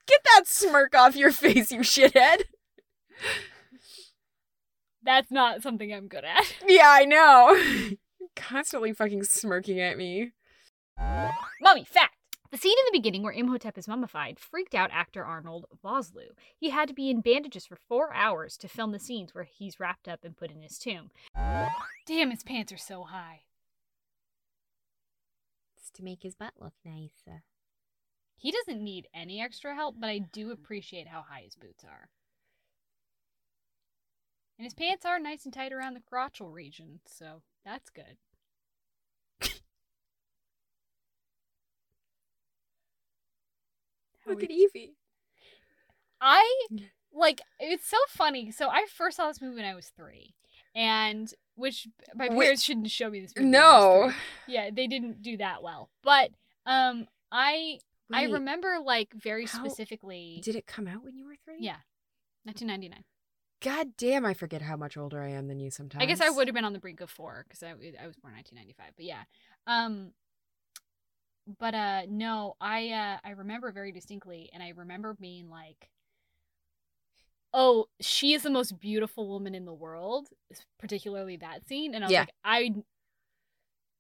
Speaker 2: Get that smirk off your face, you shithead.
Speaker 1: That's not something I'm good at.
Speaker 2: Yeah, I know. Constantly fucking smirking at me.
Speaker 1: Mummy fact. The scene in the beginning where Imhotep is mummified freaked out actor Arnold Vosloo. He had to be in bandages for four hours to film the scenes where he's wrapped up and put in his tomb. Damn, his pants are so high.
Speaker 2: It's to make his butt look
Speaker 1: uh,
Speaker 2: nicer.
Speaker 1: He doesn't need any extra help, but I do appreciate how high his boots are. And his pants are nice and tight around the crotchal region, so that's good. How
Speaker 2: Look
Speaker 1: we-
Speaker 2: at Evie.
Speaker 1: I
Speaker 2: Mm-hmm.
Speaker 1: like it's so funny. So I first saw this movie when I was three, and which my
Speaker 2: Wait.
Speaker 1: parents shouldn't show me this movie. when I was
Speaker 2: No.
Speaker 1: three. yeah, they didn't do that well. But um, I I
Speaker 2: Wait,
Speaker 1: remember like very
Speaker 2: How
Speaker 1: specifically.
Speaker 2: Did it come out when you were three?
Speaker 1: yeah, 1999.
Speaker 2: God damn, I forget how much older I am than you sometimes.
Speaker 1: I guess I would have been on the brink of four because I, I was born in 1995. But yeah, um, but uh, no, I uh, I remember very distinctly, and I remember being like, "Oh, she is the most beautiful woman in the world," particularly that scene, and I was
Speaker 2: Yeah.
Speaker 1: like, "I."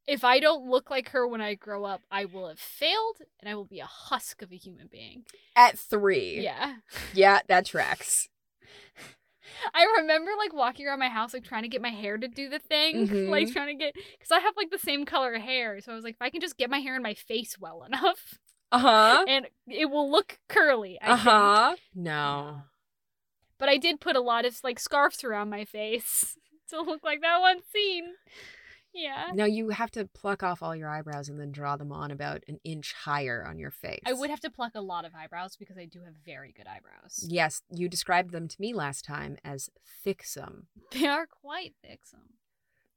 Speaker 1: If I don't look like her when I grow up, I will have failed and I will be a husk of a human being.
Speaker 2: At three.
Speaker 1: Yeah.
Speaker 2: Yeah, that tracks.
Speaker 1: I remember like walking around my house, like trying to get my hair to do the thing,
Speaker 2: Mhm.
Speaker 1: like trying to get because I have like the same color hair. So I was like, if I can just get my hair in my face well enough,
Speaker 2: Uh huh.
Speaker 1: and it will look curly. I
Speaker 2: Uh
Speaker 1: think.
Speaker 2: huh. No.
Speaker 1: But I did put a lot of like scarves around my face to look like that one scene.
Speaker 3: Yeah.
Speaker 2: No, you have to pluck off all your eyebrows and then draw them on about an inch higher on your face.
Speaker 1: I would have to pluck a lot of eyebrows because I do have very good eyebrows.
Speaker 2: Yes, you described them to me last time as thicksome.
Speaker 1: They are quite thick. Some.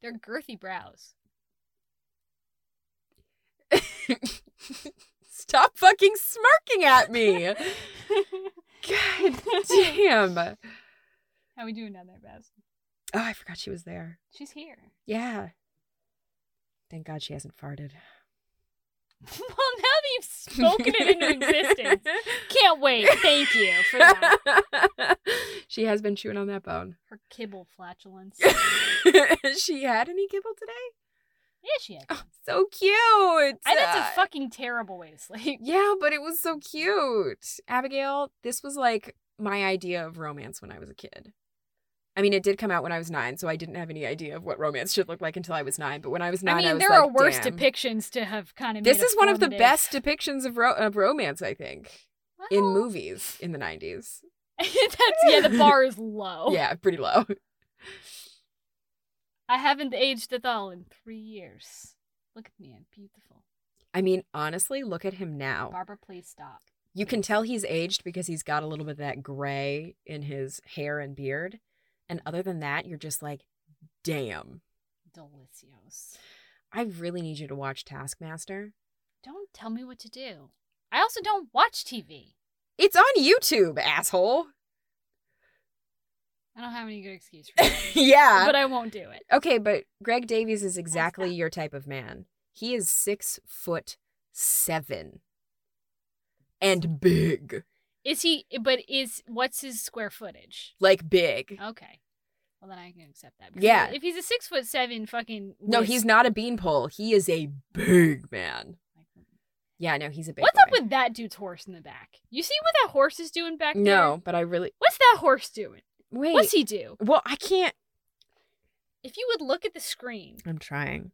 Speaker 1: They're girthy brows.
Speaker 2: Stop fucking smirking at me. God damn. Oh,
Speaker 1: How we doing down there, Baz?
Speaker 2: I forgot she was there.
Speaker 1: She's here.
Speaker 2: Yeah. Thank God she hasn't farted.
Speaker 1: well, now that you've spoken it into existence, can't wait. Thank you for that.
Speaker 2: she has been chewing on that bone.
Speaker 1: Her kibble flatulence.
Speaker 2: she had any kibble today?
Speaker 1: Yeah, she
Speaker 2: Oh,
Speaker 1: had.
Speaker 2: So cute.
Speaker 1: I, that's a fucking terrible way to sleep.
Speaker 2: Yeah, but it was so cute. Abigail, this was like my idea of romance when I was a kid. I mean, it did come out when I was nine, so I didn't have any idea of what romance should look like until I was nine. But when I was nine,
Speaker 1: I mean,
Speaker 2: was
Speaker 1: there
Speaker 2: like,
Speaker 1: are worse
Speaker 2: "Damn."
Speaker 1: depictions to have kind of.
Speaker 2: This
Speaker 1: made a
Speaker 2: is one of the
Speaker 1: formative-
Speaker 2: best depictions of, ro- of romance, I think, in
Speaker 1: Well,
Speaker 2: movies in the 90s.
Speaker 1: that's yeah. The bar is low.
Speaker 2: Yeah, pretty low.
Speaker 1: I haven't aged at all in three years. Look at me, I'm beautiful.
Speaker 2: I mean, honestly, look at him now.
Speaker 1: Barbara, please stop.
Speaker 2: You can tell he's aged because he's got a little bit of that gray in his hair and beard. And other than that, you're just like, damn.
Speaker 1: Delicios.
Speaker 2: I really need you to watch Taskmaster.
Speaker 1: Don't tell me what to do. I also don't watch TV.
Speaker 2: It's on YouTube, asshole.
Speaker 1: I don't have any good excuse for it.
Speaker 2: yeah.
Speaker 1: but I won't do it.
Speaker 2: okay, but Greg Davies is exactly your type of man. He is six foot seven and big,
Speaker 1: Is he? But is what's his square footage?
Speaker 2: like big.
Speaker 1: Okay. Well, then I can accept that.
Speaker 2: Yeah.
Speaker 1: If he's a six foot seven, fucking.
Speaker 2: No,
Speaker 1: wisp-
Speaker 2: he's not a beanpole. He is a big man. Yeah, no, he's a big.
Speaker 1: What's up
Speaker 2: boy.
Speaker 1: with that dude's horse in the back? You see what that horse is doing back there?
Speaker 2: No, but I really
Speaker 1: What's that horse doing?
Speaker 2: wait.
Speaker 1: What's he do?
Speaker 2: Well, I can't.
Speaker 1: If you would look at the screen,
Speaker 2: I'm trying.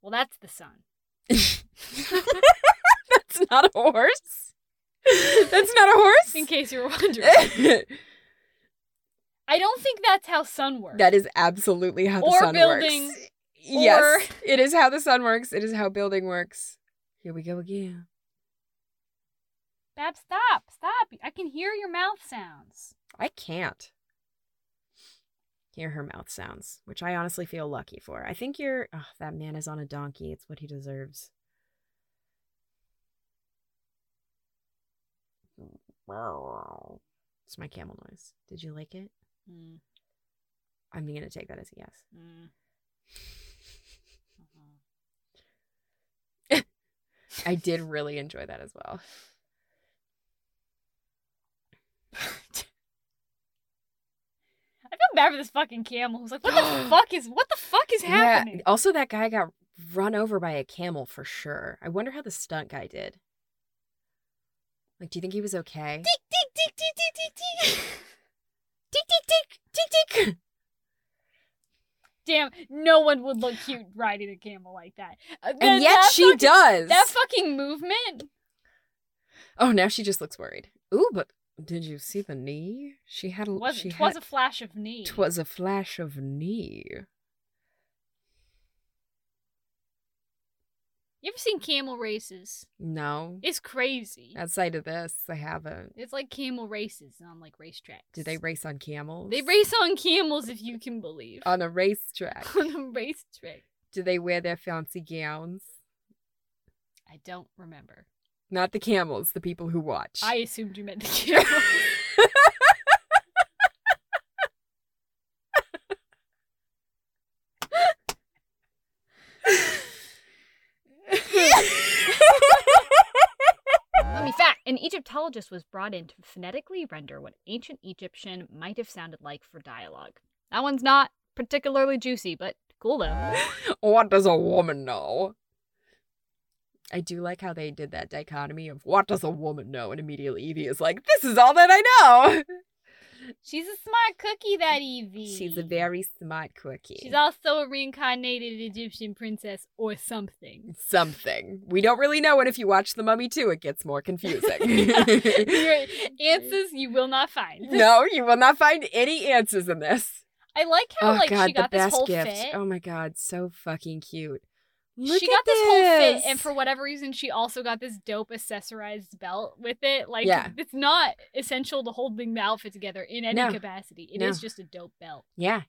Speaker 1: well, that's the sun.
Speaker 2: That's not a horse. That's not a horse.
Speaker 1: In case you were wondering, I don't think that's how sun works.
Speaker 2: that is absolutely how the
Speaker 1: Or
Speaker 2: sun
Speaker 1: building,
Speaker 2: works. Yes, it is how the sun works. It is how building works. Here we go again.
Speaker 1: Bab, stop, stop. I can hear your mouth sounds.
Speaker 2: I can't hear her mouth sounds, which I honestly feel lucky for. I think you're. Oh, that man is on a donkey. It's what he deserves. It's my camel noise. Did you like it?
Speaker 1: Mm,
Speaker 2: I'm gonna take that as a yes.
Speaker 1: mm. Uh-huh.
Speaker 2: I did really enjoy that as well.
Speaker 1: I feel bad for this fucking camel who's like, what the fuck is what the fuck is happening?
Speaker 2: Also, that guy got run over by a camel for sure. I wonder how the stunt guy did. Like, do you think he was okay?
Speaker 1: Tick tick tick tick tick tick tick.
Speaker 2: Tick tick tick tick tick.
Speaker 1: Damn, no one would look cute riding a camel like that. Uh, that-
Speaker 2: And yet
Speaker 1: that
Speaker 2: she
Speaker 1: fucking-
Speaker 2: does.
Speaker 1: that fucking movement.
Speaker 2: oh, now she just looks worried. Ooh, but did you see the knee? She had a.
Speaker 1: Was
Speaker 2: she
Speaker 1: it was a
Speaker 2: had,
Speaker 1: flash of knee.
Speaker 2: Twas a flash of knee.
Speaker 1: You ever seen camel races?
Speaker 2: No,
Speaker 1: It's crazy.
Speaker 2: outside of this, I haven't.
Speaker 1: It's like camel races on like racetracks.
Speaker 2: Do they race on camels?
Speaker 1: They race on camels if you can believe.
Speaker 2: on a racetrack.
Speaker 1: on a racetrack.
Speaker 2: Do they wear their fancy gowns?
Speaker 1: I don't remember.
Speaker 2: Not the camels, the people who watch.
Speaker 1: I assumed you meant the camel. Let me fact. An Egyptologist was brought in to phonetically render what ancient Egyptian might have sounded like for dialogue. That one's not particularly juicy, but cool though.
Speaker 2: what does a woman know? I do like how they did that dichotomy of what does a woman know, and immediately Evie is like, "This is all that I know."
Speaker 1: She's a smart cookie, that Evie.
Speaker 2: She's a very smart cookie.
Speaker 1: She's also a reincarnated Egyptian princess or something.
Speaker 2: Something we don't really know, and if you watch The Mummy too, it gets more confusing.
Speaker 1: Your answers you will not find.
Speaker 2: no, you will not find any answers in this.
Speaker 1: I like how
Speaker 2: oh
Speaker 1: like
Speaker 2: god,
Speaker 1: she got
Speaker 2: the
Speaker 1: this
Speaker 2: best
Speaker 1: whole
Speaker 2: gift.
Speaker 1: fit.
Speaker 2: Oh my god, so fucking cute. Look
Speaker 1: she
Speaker 2: at
Speaker 1: got this.
Speaker 2: this
Speaker 1: whole fit, and for whatever reason, she also got this dope accessorized belt with it. Like,
Speaker 2: Yeah.
Speaker 1: it's not essential to holding the outfit together in any
Speaker 2: No.
Speaker 1: capacity. It is
Speaker 2: No.
Speaker 1: just a dope belt.
Speaker 2: yeah.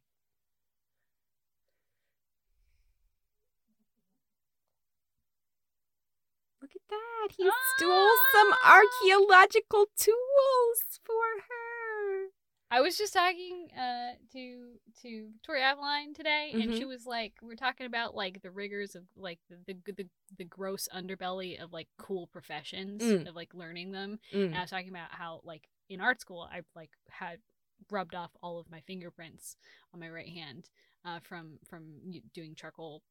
Speaker 2: Look at that. He stole some
Speaker 1: Ah!
Speaker 2: archaeological tools for her.
Speaker 1: I was just talking uh, to to Victoria Aveline today, and
Speaker 2: Mhm.
Speaker 1: she was like, "We're talking about like the rigors of like the the the, the gross underbelly of like cool professions
Speaker 2: Mm.
Speaker 1: of like learning them." And
Speaker 2: Mm.
Speaker 1: I was talking about how like in art school, I like had rubbed off all of my fingerprints on my right hand uh, from from y- doing charcoal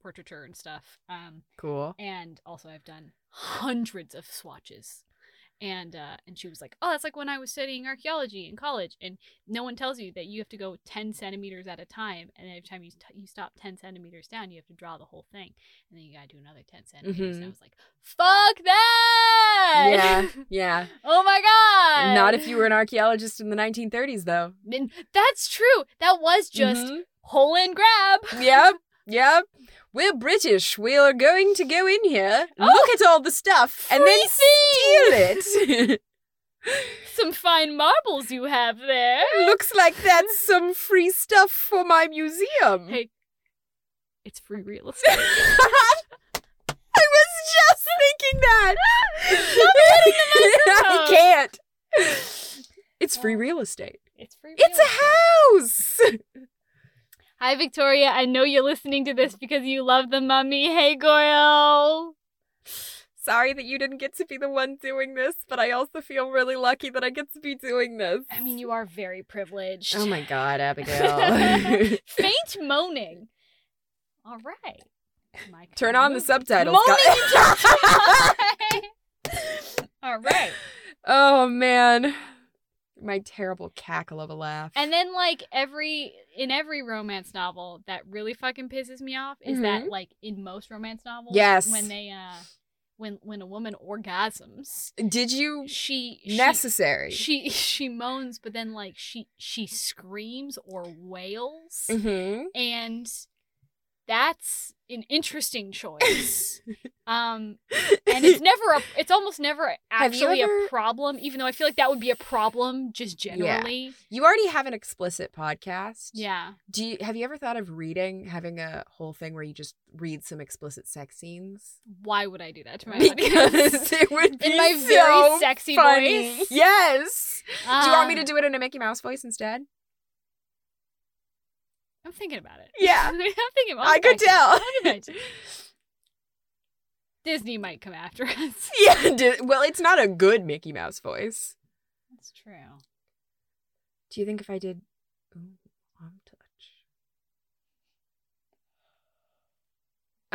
Speaker 1: portraiture and stuff. Um,
Speaker 2: Cool.
Speaker 1: and also I've done hundreds of swatches. And uh, and she was like, "Oh, that's like when I was studying archaeology in college, and no one tells you that you have to go ten centimeters at a time, and every time you st- you stop ten centimeters down, you have to draw the whole thing, and then you gotta do another ten centimeters." And I
Speaker 2: Mhm.
Speaker 1: was like, "Fuck that!
Speaker 2: Yeah. Yeah.
Speaker 1: oh my god!
Speaker 2: Not if you were an archaeologist in the 1930s though.
Speaker 1: And that's true. That was just
Speaker 2: Mhm.
Speaker 1: hole and grab.
Speaker 2: yep, yep. We're British. We're going to go in here, look at all the stuff, and then steal it.
Speaker 1: Some fine marbles you have there.
Speaker 2: Looks like that's some free stuff for my museum.
Speaker 1: Hey. It's free real estate."
Speaker 2: I was just thinking that. I
Speaker 1: microphone.
Speaker 2: can't. It's free real estate.
Speaker 1: It's free.
Speaker 2: It's a house.
Speaker 1: Hi, Victoria. I know you're listening to this because you love the mummy. Hey, girl.
Speaker 2: Sorry that you didn't get to be the one doing this, but I also feel really lucky that I get to be doing this.
Speaker 1: I mean, you are very privileged.
Speaker 2: Oh my god, Abigail.
Speaker 1: Um, Faint moaning. All right. My
Speaker 2: Turn
Speaker 1: kind of
Speaker 2: on the
Speaker 1: movie.
Speaker 2: subtitles.
Speaker 1: Moaning
Speaker 2: guys.
Speaker 1: All right.
Speaker 2: oh man. My terrible cackle of a laugh.
Speaker 1: And then like every in every romance novel that really fucking pisses me off is that like in most romance novels
Speaker 2: Mm-hmm. Yes.
Speaker 1: when they uh when when a woman orgasms
Speaker 2: did you
Speaker 1: she she,
Speaker 2: necessary?
Speaker 1: she she moans but then like she she screams or wails
Speaker 2: mm-hmm.
Speaker 1: and that's an interesting choice um and it's never a it's almost never
Speaker 2: Have you
Speaker 1: actually a
Speaker 2: ever-
Speaker 1: problem even though i feel like that would be a problem just generally
Speaker 2: you already have an explicit podcast.
Speaker 1: yeah,
Speaker 2: Do you have you ever thought of reading having a whole thing where you just read some explicit sex scenes?
Speaker 1: why would i do that to my
Speaker 2: Because
Speaker 1: audience
Speaker 2: it would be
Speaker 1: in my
Speaker 2: so
Speaker 1: very sexy
Speaker 2: funny.
Speaker 1: voice
Speaker 2: Yes. do you want me
Speaker 1: Uh,
Speaker 2: to do it in a Mickey Mouse voice instead?
Speaker 1: i'm thinking about it
Speaker 2: Yeah.
Speaker 1: i'm thinking about
Speaker 2: I could
Speaker 1: I'll
Speaker 2: tell.
Speaker 1: get back to you. disney might come after us
Speaker 2: Yeah, d- well, it's not a good Mickey Mouse voice.
Speaker 1: that's true
Speaker 2: Do you think if I did ooh, arm touch?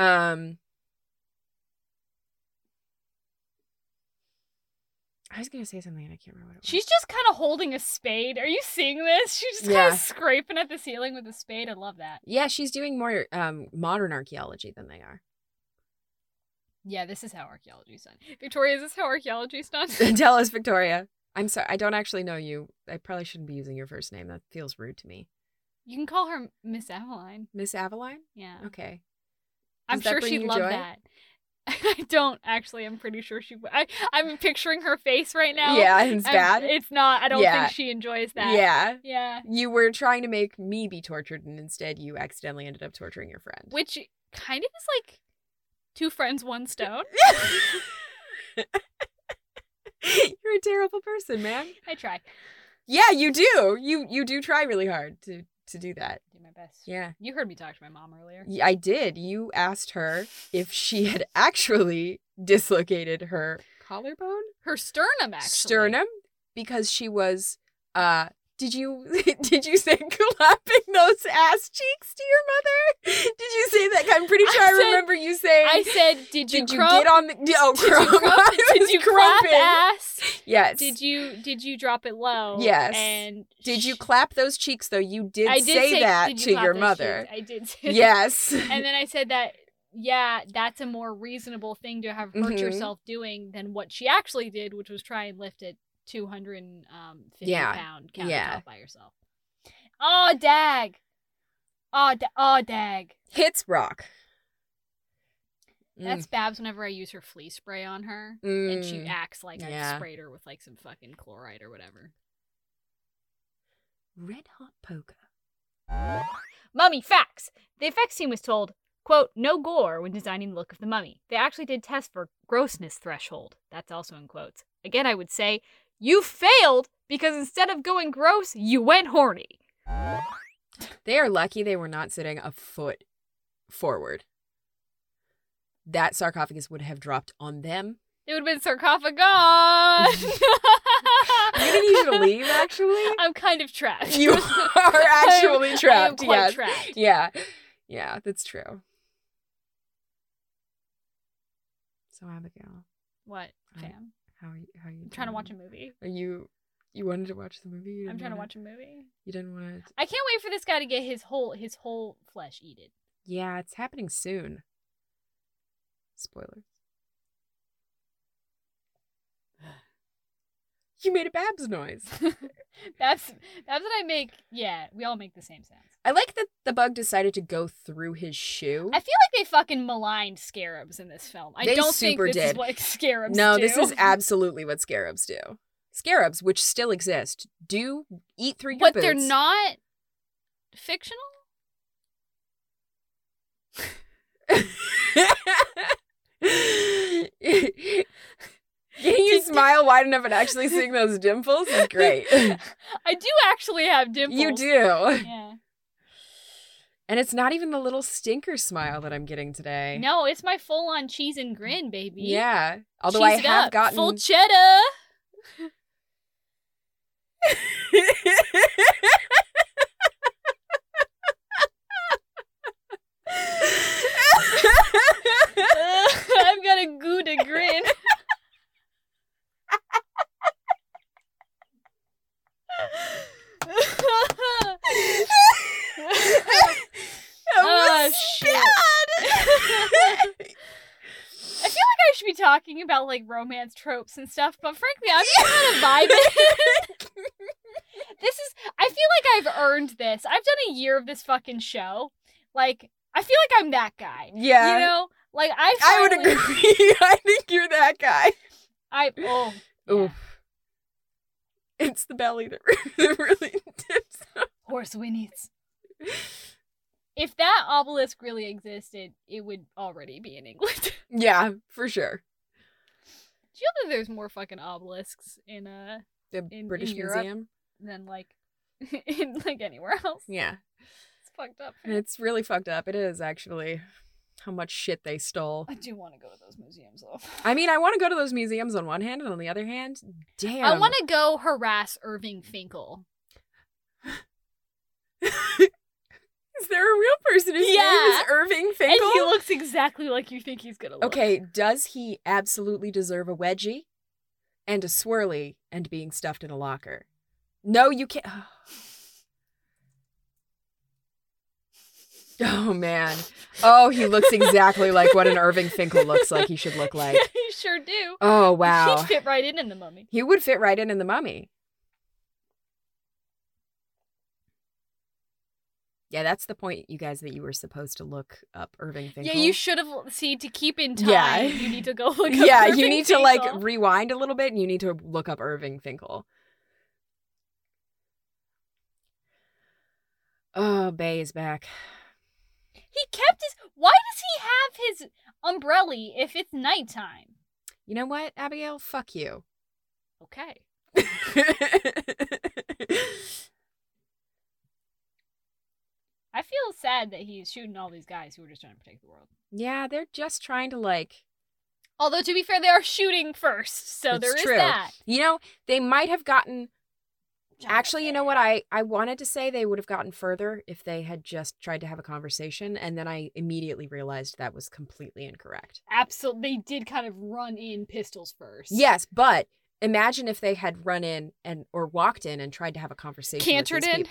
Speaker 2: Um I was gonna say something and I can't remember what it was.
Speaker 1: She's just kind of holding a spade. Are you seeing this? She's just kind
Speaker 2: Yeah.
Speaker 1: of scraping at the ceiling with a spade. I love that.
Speaker 2: yeah, she's doing more um, modern archaeology than they are.
Speaker 1: Yeah, this is how archaeology's done. Victoria, is this how archaeology's done?
Speaker 2: Tell us, Victoria. I'm sorry, I don't actually know you. I probably shouldn't be using your first name. That feels rude to me.
Speaker 1: you can call her Miss Aveline.
Speaker 2: Miss Aveline?
Speaker 1: Yeah.
Speaker 2: Okay.
Speaker 1: I'm
Speaker 2: Does that
Speaker 1: sure
Speaker 2: bring
Speaker 1: she'd
Speaker 2: you
Speaker 1: love
Speaker 2: joy?
Speaker 1: that. I don't actually. I'm pretty sure she would. I, I'm picturing her face right now.
Speaker 2: Yeah, it's
Speaker 1: I'm-
Speaker 2: bad.
Speaker 1: It's not. I don't
Speaker 2: Yeah.
Speaker 1: think she enjoys that.
Speaker 2: Yeah.
Speaker 1: Yeah.
Speaker 2: You were trying to make me be tortured, and instead you accidentally ended up torturing your friend.
Speaker 1: Which kind of is like two friends, one stone.
Speaker 2: You're a terrible person, man.
Speaker 1: I try.
Speaker 2: Yeah, you do. You you do try really hard to to do that.
Speaker 1: Do my best.
Speaker 2: Yeah.
Speaker 1: You heard me talk to my mom earlier.
Speaker 2: Y- I did. You asked her if she had actually dislocated her collarbone,
Speaker 1: Her sternum, actually.
Speaker 2: sternum, because she was. Uh, did you did you say clapping those ass cheeks to your mother? Did you say that? I'm pretty sure
Speaker 1: I
Speaker 2: I,
Speaker 1: said-
Speaker 2: remember you saying.
Speaker 1: I said, "Did you,
Speaker 2: did you
Speaker 1: crump?
Speaker 2: get on the? d- Oh,
Speaker 1: Did you
Speaker 2: crump.
Speaker 1: crump?
Speaker 2: I
Speaker 1: Did
Speaker 2: was
Speaker 1: you crop
Speaker 2: crumping.
Speaker 1: ass?
Speaker 2: Yes.
Speaker 1: Did you did you drop it low?
Speaker 2: Yes.
Speaker 1: And
Speaker 2: Did you
Speaker 1: sh-
Speaker 2: clap those cheeks though? You did,
Speaker 1: I did
Speaker 2: say, that
Speaker 1: "Did you
Speaker 2: to
Speaker 1: clap
Speaker 2: your
Speaker 1: those
Speaker 2: mother.
Speaker 1: cheeks?" I did. Say
Speaker 2: Yes.
Speaker 1: And then I said that. Yeah, that's a more reasonable thing to have hurt
Speaker 2: Mhm.
Speaker 1: yourself doing than what she actually did, which was try and lift a 250 fifty
Speaker 2: Yeah.
Speaker 1: pound countertop
Speaker 2: Yeah.
Speaker 1: by herself. Oh, dag. Oh, da- oh dag.
Speaker 2: Hits rock.
Speaker 1: That's Babs whenever I use her flea spray on her.
Speaker 2: Mm.
Speaker 1: And she acts like
Speaker 2: Yeah.
Speaker 1: I sprayed her with like some fucking chloride or whatever.
Speaker 2: Red hot poker.
Speaker 3: Mummy facts. The effects team was told, quote, no gore when designing the look of the mummy. They actually did test for grossness threshold. That's also in quotes. Again, I would say, you failed because instead of going gross, you went horny.
Speaker 2: They are lucky they were not sitting a foot forward. That sarcophagus would have dropped on them.
Speaker 1: It would have been sarcophagus.
Speaker 2: I'm gonna need you to leave, actually.
Speaker 1: I'm kind of trapped.
Speaker 2: You are actually
Speaker 1: I am
Speaker 2: trapped.
Speaker 1: quite
Speaker 2: yes.
Speaker 1: trapped.
Speaker 2: Yeah. Yeah, that's true. So Abigail,
Speaker 1: What,
Speaker 2: I-
Speaker 1: fam?
Speaker 2: how are you how are you
Speaker 1: I'm trying to watch a
Speaker 2: doing?
Speaker 1: movie.
Speaker 2: Are you you wanted to watch the movie? You
Speaker 1: I'm
Speaker 2: didn't
Speaker 1: trying to
Speaker 2: wanna-
Speaker 1: watch a movie.
Speaker 2: You didn't want to
Speaker 1: I can't wait for this guy to get his whole his whole flesh eaten.
Speaker 2: Yeah, it's happening soon. Spoilers. You made a Babs noise.
Speaker 1: That's that's what I make. Yeah, we all make the same sounds.
Speaker 2: I like that the bug decided to go through his shoe.
Speaker 1: I feel like they fucking maligned scarabs in this film. I
Speaker 2: They
Speaker 1: don't
Speaker 2: super
Speaker 1: think this is
Speaker 2: did.
Speaker 1: what scarabs
Speaker 2: no,
Speaker 1: do.
Speaker 2: this is absolutely what scarabs do. Scarabs, which still exist, do eat through your
Speaker 1: but
Speaker 2: boots.
Speaker 1: they're not fictional.
Speaker 2: Getting you to smile wide enough and actually seeing those dimples is great.
Speaker 1: I do actually have dimples.
Speaker 2: You do.
Speaker 1: Yeah.
Speaker 2: And it's not even the little stinker smile that I'm getting today.
Speaker 1: No, it's my full on cheese and grin, baby.
Speaker 2: Yeah. Although
Speaker 1: Cheese
Speaker 2: I
Speaker 1: it
Speaker 2: have
Speaker 1: up.
Speaker 2: gotten
Speaker 1: full cheddar. I've got a gouda grin. Oh, shit. I feel like I should be talking about like romance tropes and stuff, but frankly, I'm just kind of vibing. this is I feel like I've earned this. I've done a year of this fucking show. Like, I feel like I'm that guy.
Speaker 2: yeah.
Speaker 1: You know? Like I
Speaker 2: I would
Speaker 1: finally-
Speaker 2: agree. I think you're that guy.
Speaker 1: I oh yeah.
Speaker 2: Oof. It's the belly that that really dips.
Speaker 1: horse whinnies. If that obelisk really existed, it would already be in England. Do
Speaker 2: Yeah, for sure.
Speaker 1: you know that there's more fucking obelisks in uh
Speaker 2: The
Speaker 1: in
Speaker 2: British
Speaker 1: Europe?
Speaker 2: Museum.
Speaker 1: than like in like anywhere else?
Speaker 2: Yeah.
Speaker 1: It's fucked up.
Speaker 2: And it's really fucked up. It is actually how much shit they stole.
Speaker 1: I do want to go to those museums though.
Speaker 2: I mean, I want to go to those museums on one hand, and on the other hand, damn.
Speaker 1: I want to go harass Irving Finkel.
Speaker 2: Is there a real person? His name
Speaker 1: Yeah.
Speaker 2: is Irving Finkel.
Speaker 1: And he looks exactly like you think he's gonna look.
Speaker 2: okay, does he absolutely deserve a wedgie and a swirly and being stuffed in a locker? No, you can't. Oh man. Oh, he looks exactly like what an Irving Finkel looks like he should look like.
Speaker 1: you sure do.
Speaker 2: Oh wow.
Speaker 1: He'd fit right in in the mummy.
Speaker 2: He would fit right in in the mummy. Yeah, that's the point, you guys, that you were supposed to look up Irving Finkel.
Speaker 1: Yeah, you should have see to keep in time.
Speaker 2: Yeah.
Speaker 1: You need to go look. up
Speaker 2: yeah, you
Speaker 1: Irving
Speaker 2: need to like
Speaker 1: Finkel.
Speaker 2: rewind a little bit, and you need to look up Irving Finkel. Oh, Bay is back.
Speaker 1: he kept his. Why does he have his umbrella if it's nighttime?
Speaker 2: You know what, Abigail? Fuck you.
Speaker 1: Okay. I feel sad that he's shooting all these guys who are just trying to protect the world.
Speaker 2: yeah, they're just trying to like
Speaker 1: Although to be fair, they are shooting first, so
Speaker 2: It's
Speaker 1: there is
Speaker 2: true.
Speaker 1: that.
Speaker 2: You know, they might have gotten.
Speaker 1: Shot
Speaker 2: Actually, you know
Speaker 1: there.
Speaker 2: what? I, I wanted to say they would have gotten further if they had just tried to have a conversation. And then I immediately realized that was completely incorrect.
Speaker 1: Absolutely, they did kind of run in pistols first.
Speaker 2: Yes, but imagine if they had run in and or walked in and tried to have a conversation
Speaker 1: Cantered
Speaker 2: with
Speaker 1: in.
Speaker 2: these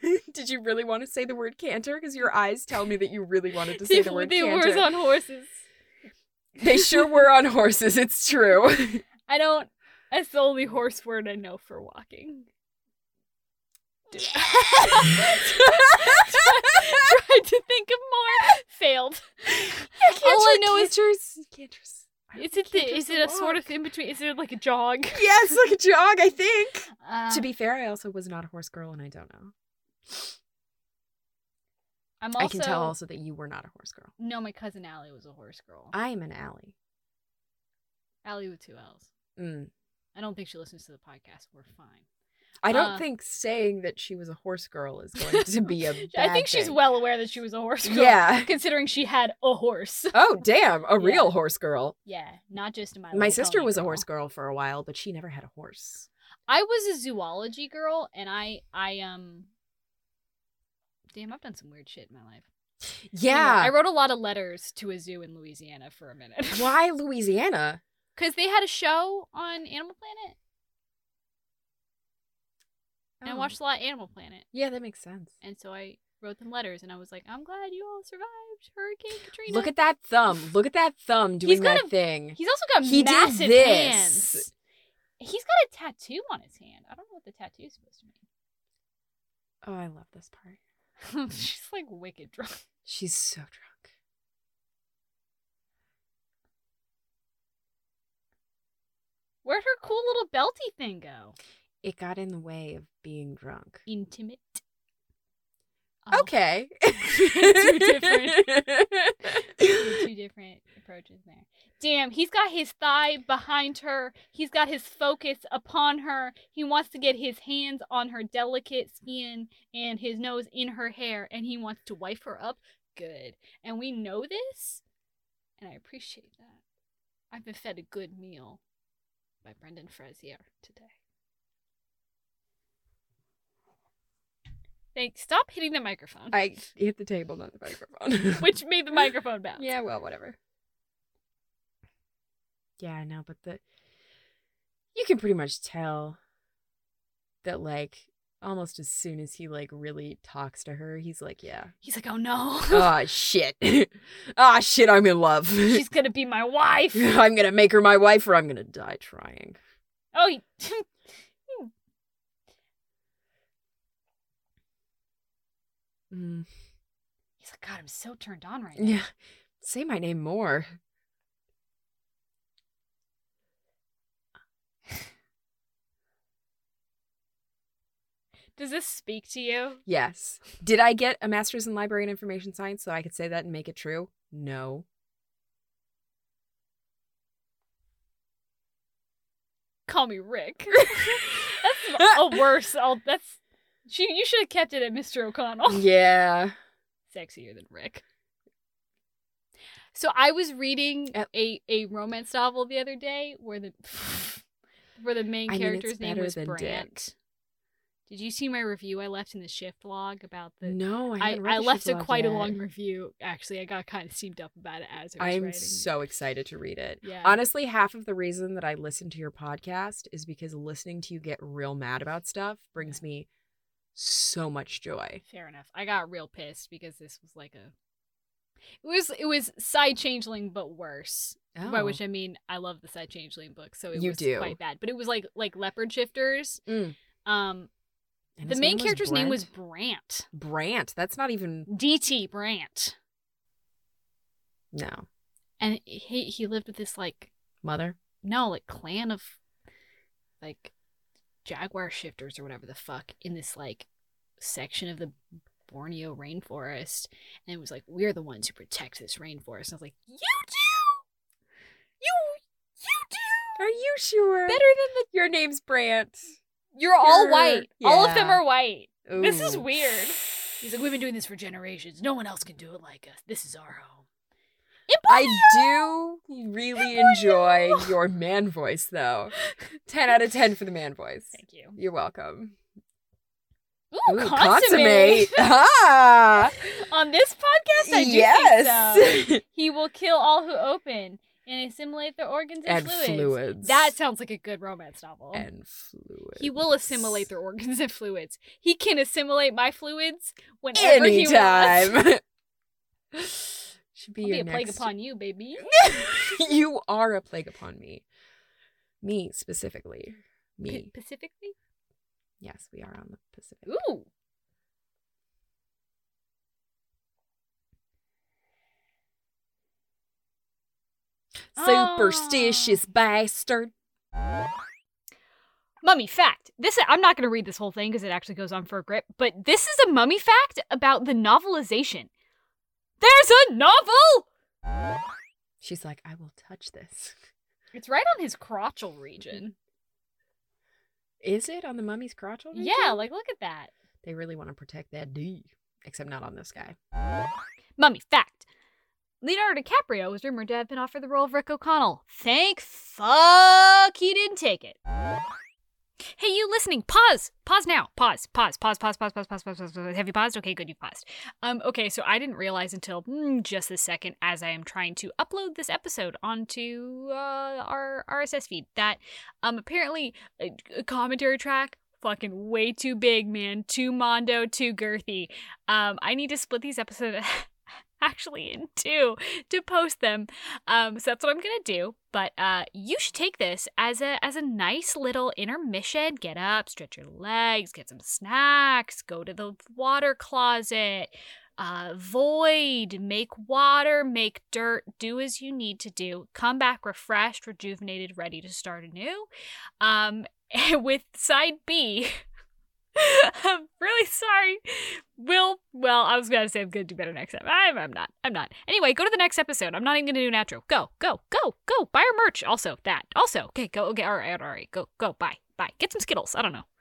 Speaker 2: people. Did you really want to say the word canter? Because your eyes tell me that you really wanted to say the word
Speaker 1: they
Speaker 2: canter.
Speaker 1: were on horses.
Speaker 2: they sure were on horses. It's true.
Speaker 1: I don't. That's the only horse word I know for walking.
Speaker 3: do that. Tried to think of more, failed. All I know is
Speaker 2: Cantr's. Cantr's. I don't
Speaker 3: is
Speaker 2: think
Speaker 3: it the,
Speaker 2: Cantr's
Speaker 3: is
Speaker 2: the
Speaker 3: it a sort
Speaker 2: walk.
Speaker 3: of in between? Is it like a jog?
Speaker 2: Yeah, it's like a jog, I think.
Speaker 1: Uh,
Speaker 2: to be fair, I also was not a horse girl, and I don't know.
Speaker 1: I'm also,
Speaker 2: I can tell also that you were not a horse girl.
Speaker 1: No, my cousin Allie was a horse girl.
Speaker 2: I am an alley.
Speaker 1: Allie with two L's.
Speaker 2: Mm.
Speaker 1: I don't think she listens to the podcast. We're fine.
Speaker 2: I don't
Speaker 1: Uh.
Speaker 2: think saying that she was a horse girl is going to be a.
Speaker 1: I
Speaker 2: bad
Speaker 1: think she's
Speaker 2: thing.
Speaker 1: well aware that she was a horse girl.
Speaker 2: Yeah.
Speaker 1: Considering she had a horse.
Speaker 2: Oh damn, a
Speaker 1: Yeah.
Speaker 2: real horse girl.
Speaker 1: Yeah, not just my.
Speaker 2: My
Speaker 1: Little
Speaker 2: sister
Speaker 1: Pony
Speaker 2: was a
Speaker 1: girl.
Speaker 2: horse girl for a while, but she never had a horse.
Speaker 1: I was a zoology girl, and I, I um. Damn, I've done some weird shit in my life. Anyway, I
Speaker 2: Yeah.
Speaker 1: wrote a lot of letters to a zoo in Louisiana for a minute.
Speaker 2: Why Louisiana?
Speaker 1: Because they had a show on Animal Planet, and I
Speaker 2: Oh.
Speaker 1: watched a lot of Animal Planet,
Speaker 2: Yeah, that makes sense.
Speaker 1: and so I wrote them letters, and I was like, "I'm glad you all survived Hurricane Katrina."
Speaker 2: Look at that thumb. Look at that thumb doing
Speaker 1: He's got
Speaker 2: that
Speaker 1: a-
Speaker 2: thing.
Speaker 1: He's also got
Speaker 2: He did
Speaker 1: massive
Speaker 2: this.
Speaker 1: hands. He's got a tattoo on his hand. I don't know what the tattoo is supposed to
Speaker 2: Oh, I love this part.
Speaker 1: mean. She's like wicked drunk.
Speaker 2: She's so drunk.
Speaker 1: Where'd her cool little belty thing go?
Speaker 2: It got in the way of being drunk.
Speaker 1: Intimate.
Speaker 2: Okay.
Speaker 1: Two different- Two different approaches there. Damn, he's got his thigh behind her. He's got his focus upon her. He wants to get his hands on her delicate skin and his nose in her hair, and he wants to wife her up good. And we know this, and I appreciate that. I've been fed a good meal by Brendan Frazier today. Thanks. Stop hitting the microphone,
Speaker 2: I hit the table, not the microphone.
Speaker 1: which made the microphone bounce.
Speaker 2: Yeah, well, whatever. Yeah, I know, but the you can pretty much tell that like almost as soon as he like really talks to her, he's like, yeah.
Speaker 1: He's like, oh no.
Speaker 2: Ah shit. Ah shit, I'm in love.
Speaker 1: She's gonna be my wife.
Speaker 2: I'm gonna make her my wife or I'm gonna die trying.
Speaker 1: Oh, he-
Speaker 2: Mm.
Speaker 1: he's like, God, I'm so turned on right now.
Speaker 2: Yeah. Say my name more.
Speaker 1: Does this speak to you?
Speaker 2: Yes. Did I get a master's in library and information science so I could say that and make it true? No.
Speaker 1: Call me Rick. that's a worse. I'll, that's she. You should have kept it at Mr. O'Connell.
Speaker 2: Yeah.
Speaker 1: Sexier than Rick. So I was reading
Speaker 2: Yep.
Speaker 1: a a romance novel the other day where the where the main
Speaker 2: I mean, it's
Speaker 1: character's name
Speaker 2: better
Speaker 1: was
Speaker 2: than
Speaker 1: Brant. Did you see my review I left in the shift log about the
Speaker 2: No, I,
Speaker 1: I,
Speaker 2: haven't read
Speaker 1: I
Speaker 2: the
Speaker 1: left
Speaker 2: Shift
Speaker 1: it
Speaker 2: Log
Speaker 1: quite
Speaker 2: yet.
Speaker 1: a long review. Actually, I got kind of steamed up about it as I was
Speaker 2: I'm
Speaker 1: writing.
Speaker 2: so excited to read it.
Speaker 1: yeah.
Speaker 2: Honestly, half of the reason that I listen to your podcast is because listening to you get real mad about stuff brings me so much joy.
Speaker 1: Fair enough. I got real pissed because this was like a. It was it was side changeling but worse.
Speaker 2: Oh,
Speaker 1: By which I mean I love the side changeling book, so it
Speaker 2: You
Speaker 1: was
Speaker 2: do.
Speaker 1: quite bad. But it was like like leopard shifters.
Speaker 2: Mm.
Speaker 1: Um,
Speaker 2: And
Speaker 1: the
Speaker 2: his
Speaker 1: main character's name was
Speaker 2: Brent?
Speaker 1: Brant.
Speaker 2: Brant. That's not even
Speaker 1: DT Brant,
Speaker 2: no
Speaker 1: and he he lived with this like
Speaker 2: mother.
Speaker 1: no like clan of like jaguar shifters or whatever the fuck in this like section of the Borneo rainforest and it was like we're the ones who protect this rainforest and I was like you do you you
Speaker 2: Are you sure?
Speaker 1: do better than the
Speaker 2: Your name's Brant.
Speaker 1: you're all
Speaker 2: You're-
Speaker 1: white all of them
Speaker 2: yeah.
Speaker 1: are white This is
Speaker 2: Ooh.
Speaker 1: weird. He's like we've been doing this for generations no one else can do it like us this is our home In
Speaker 2: I
Speaker 1: Borneo!
Speaker 2: do really enjoy your man voice, though. 10 out of 10 for the man voice.
Speaker 1: thank you
Speaker 2: You're welcome.
Speaker 1: Ooh,
Speaker 2: Ooh,
Speaker 1: consummate.
Speaker 2: ah!
Speaker 1: on this podcast, I do
Speaker 2: yes!
Speaker 1: think so. He will kill all who open and assimilate their organs and,
Speaker 2: and
Speaker 1: fluids.
Speaker 2: fluids.
Speaker 1: That sounds like a good romance novel.
Speaker 2: and fluids.
Speaker 1: he will assimilate their organs and fluids. He can assimilate my fluids whenever he wants.
Speaker 2: anytime. Should be
Speaker 1: I'll
Speaker 2: your
Speaker 1: be a plague
Speaker 2: next-
Speaker 1: upon you, baby.
Speaker 2: you are a plague upon me. Me specifically.
Speaker 1: P-
Speaker 2: Me.
Speaker 1: Specifically,
Speaker 2: Yes, we are on the Pacific.
Speaker 4: Ooh.
Speaker 2: Superstitious
Speaker 1: Ah.
Speaker 2: bastard.
Speaker 1: Mummy fact. This I'm not going to read this whole thing because it actually goes on for a grip, but this is a mummy fact about the novelization. There's a novel.
Speaker 2: She's like, I will touch this.
Speaker 4: It's right on his crotchal region.
Speaker 2: Is it on the mummy's crotch? already?
Speaker 4: Yeah, like look at that.
Speaker 2: They really want to protect that D. Except not on this guy.
Speaker 1: Mummy fact. Leonardo DiCaprio was rumored to have been offered the role of Rick O'Connell. Thank fuck he didn't take it. Hey, you listening? Pause. Pause now. Pause. Pause. Pause. Pause. Pause. Pause. Pause. Pause. Pause. pause. Have you paused? Okay, good. You paused. Um. Okay. So I didn't realize until mm, just this second, as I am trying to upload this episode onto uh, our RSS feed, that um apparently a, a commentary track fucking way too big, man. Too mondo. Too girthy. Um. I need to split these episodes. actually in two to post them. Um, so that's what I'm gonna do. But uh, you should take this as a as a nice little intermission. Get up, stretch your legs, get some snacks, go to the water closet. Uh, void, make water, make dirt, do as you need to do. Come back refreshed, rejuvenated, ready to start anew. Um, with side B, I'm really sorry. Will, well, I was going to say I'm going to do better next time. I'm, I'm not. I'm not. Anyway, go to the next episode. I'm not even going to do an outro. Go, go, go, go. Buy our merch. Also, that. Also, okay, go, okay. All right, all right. Go, go. Bye, bye. Get some Skittles. I don't know.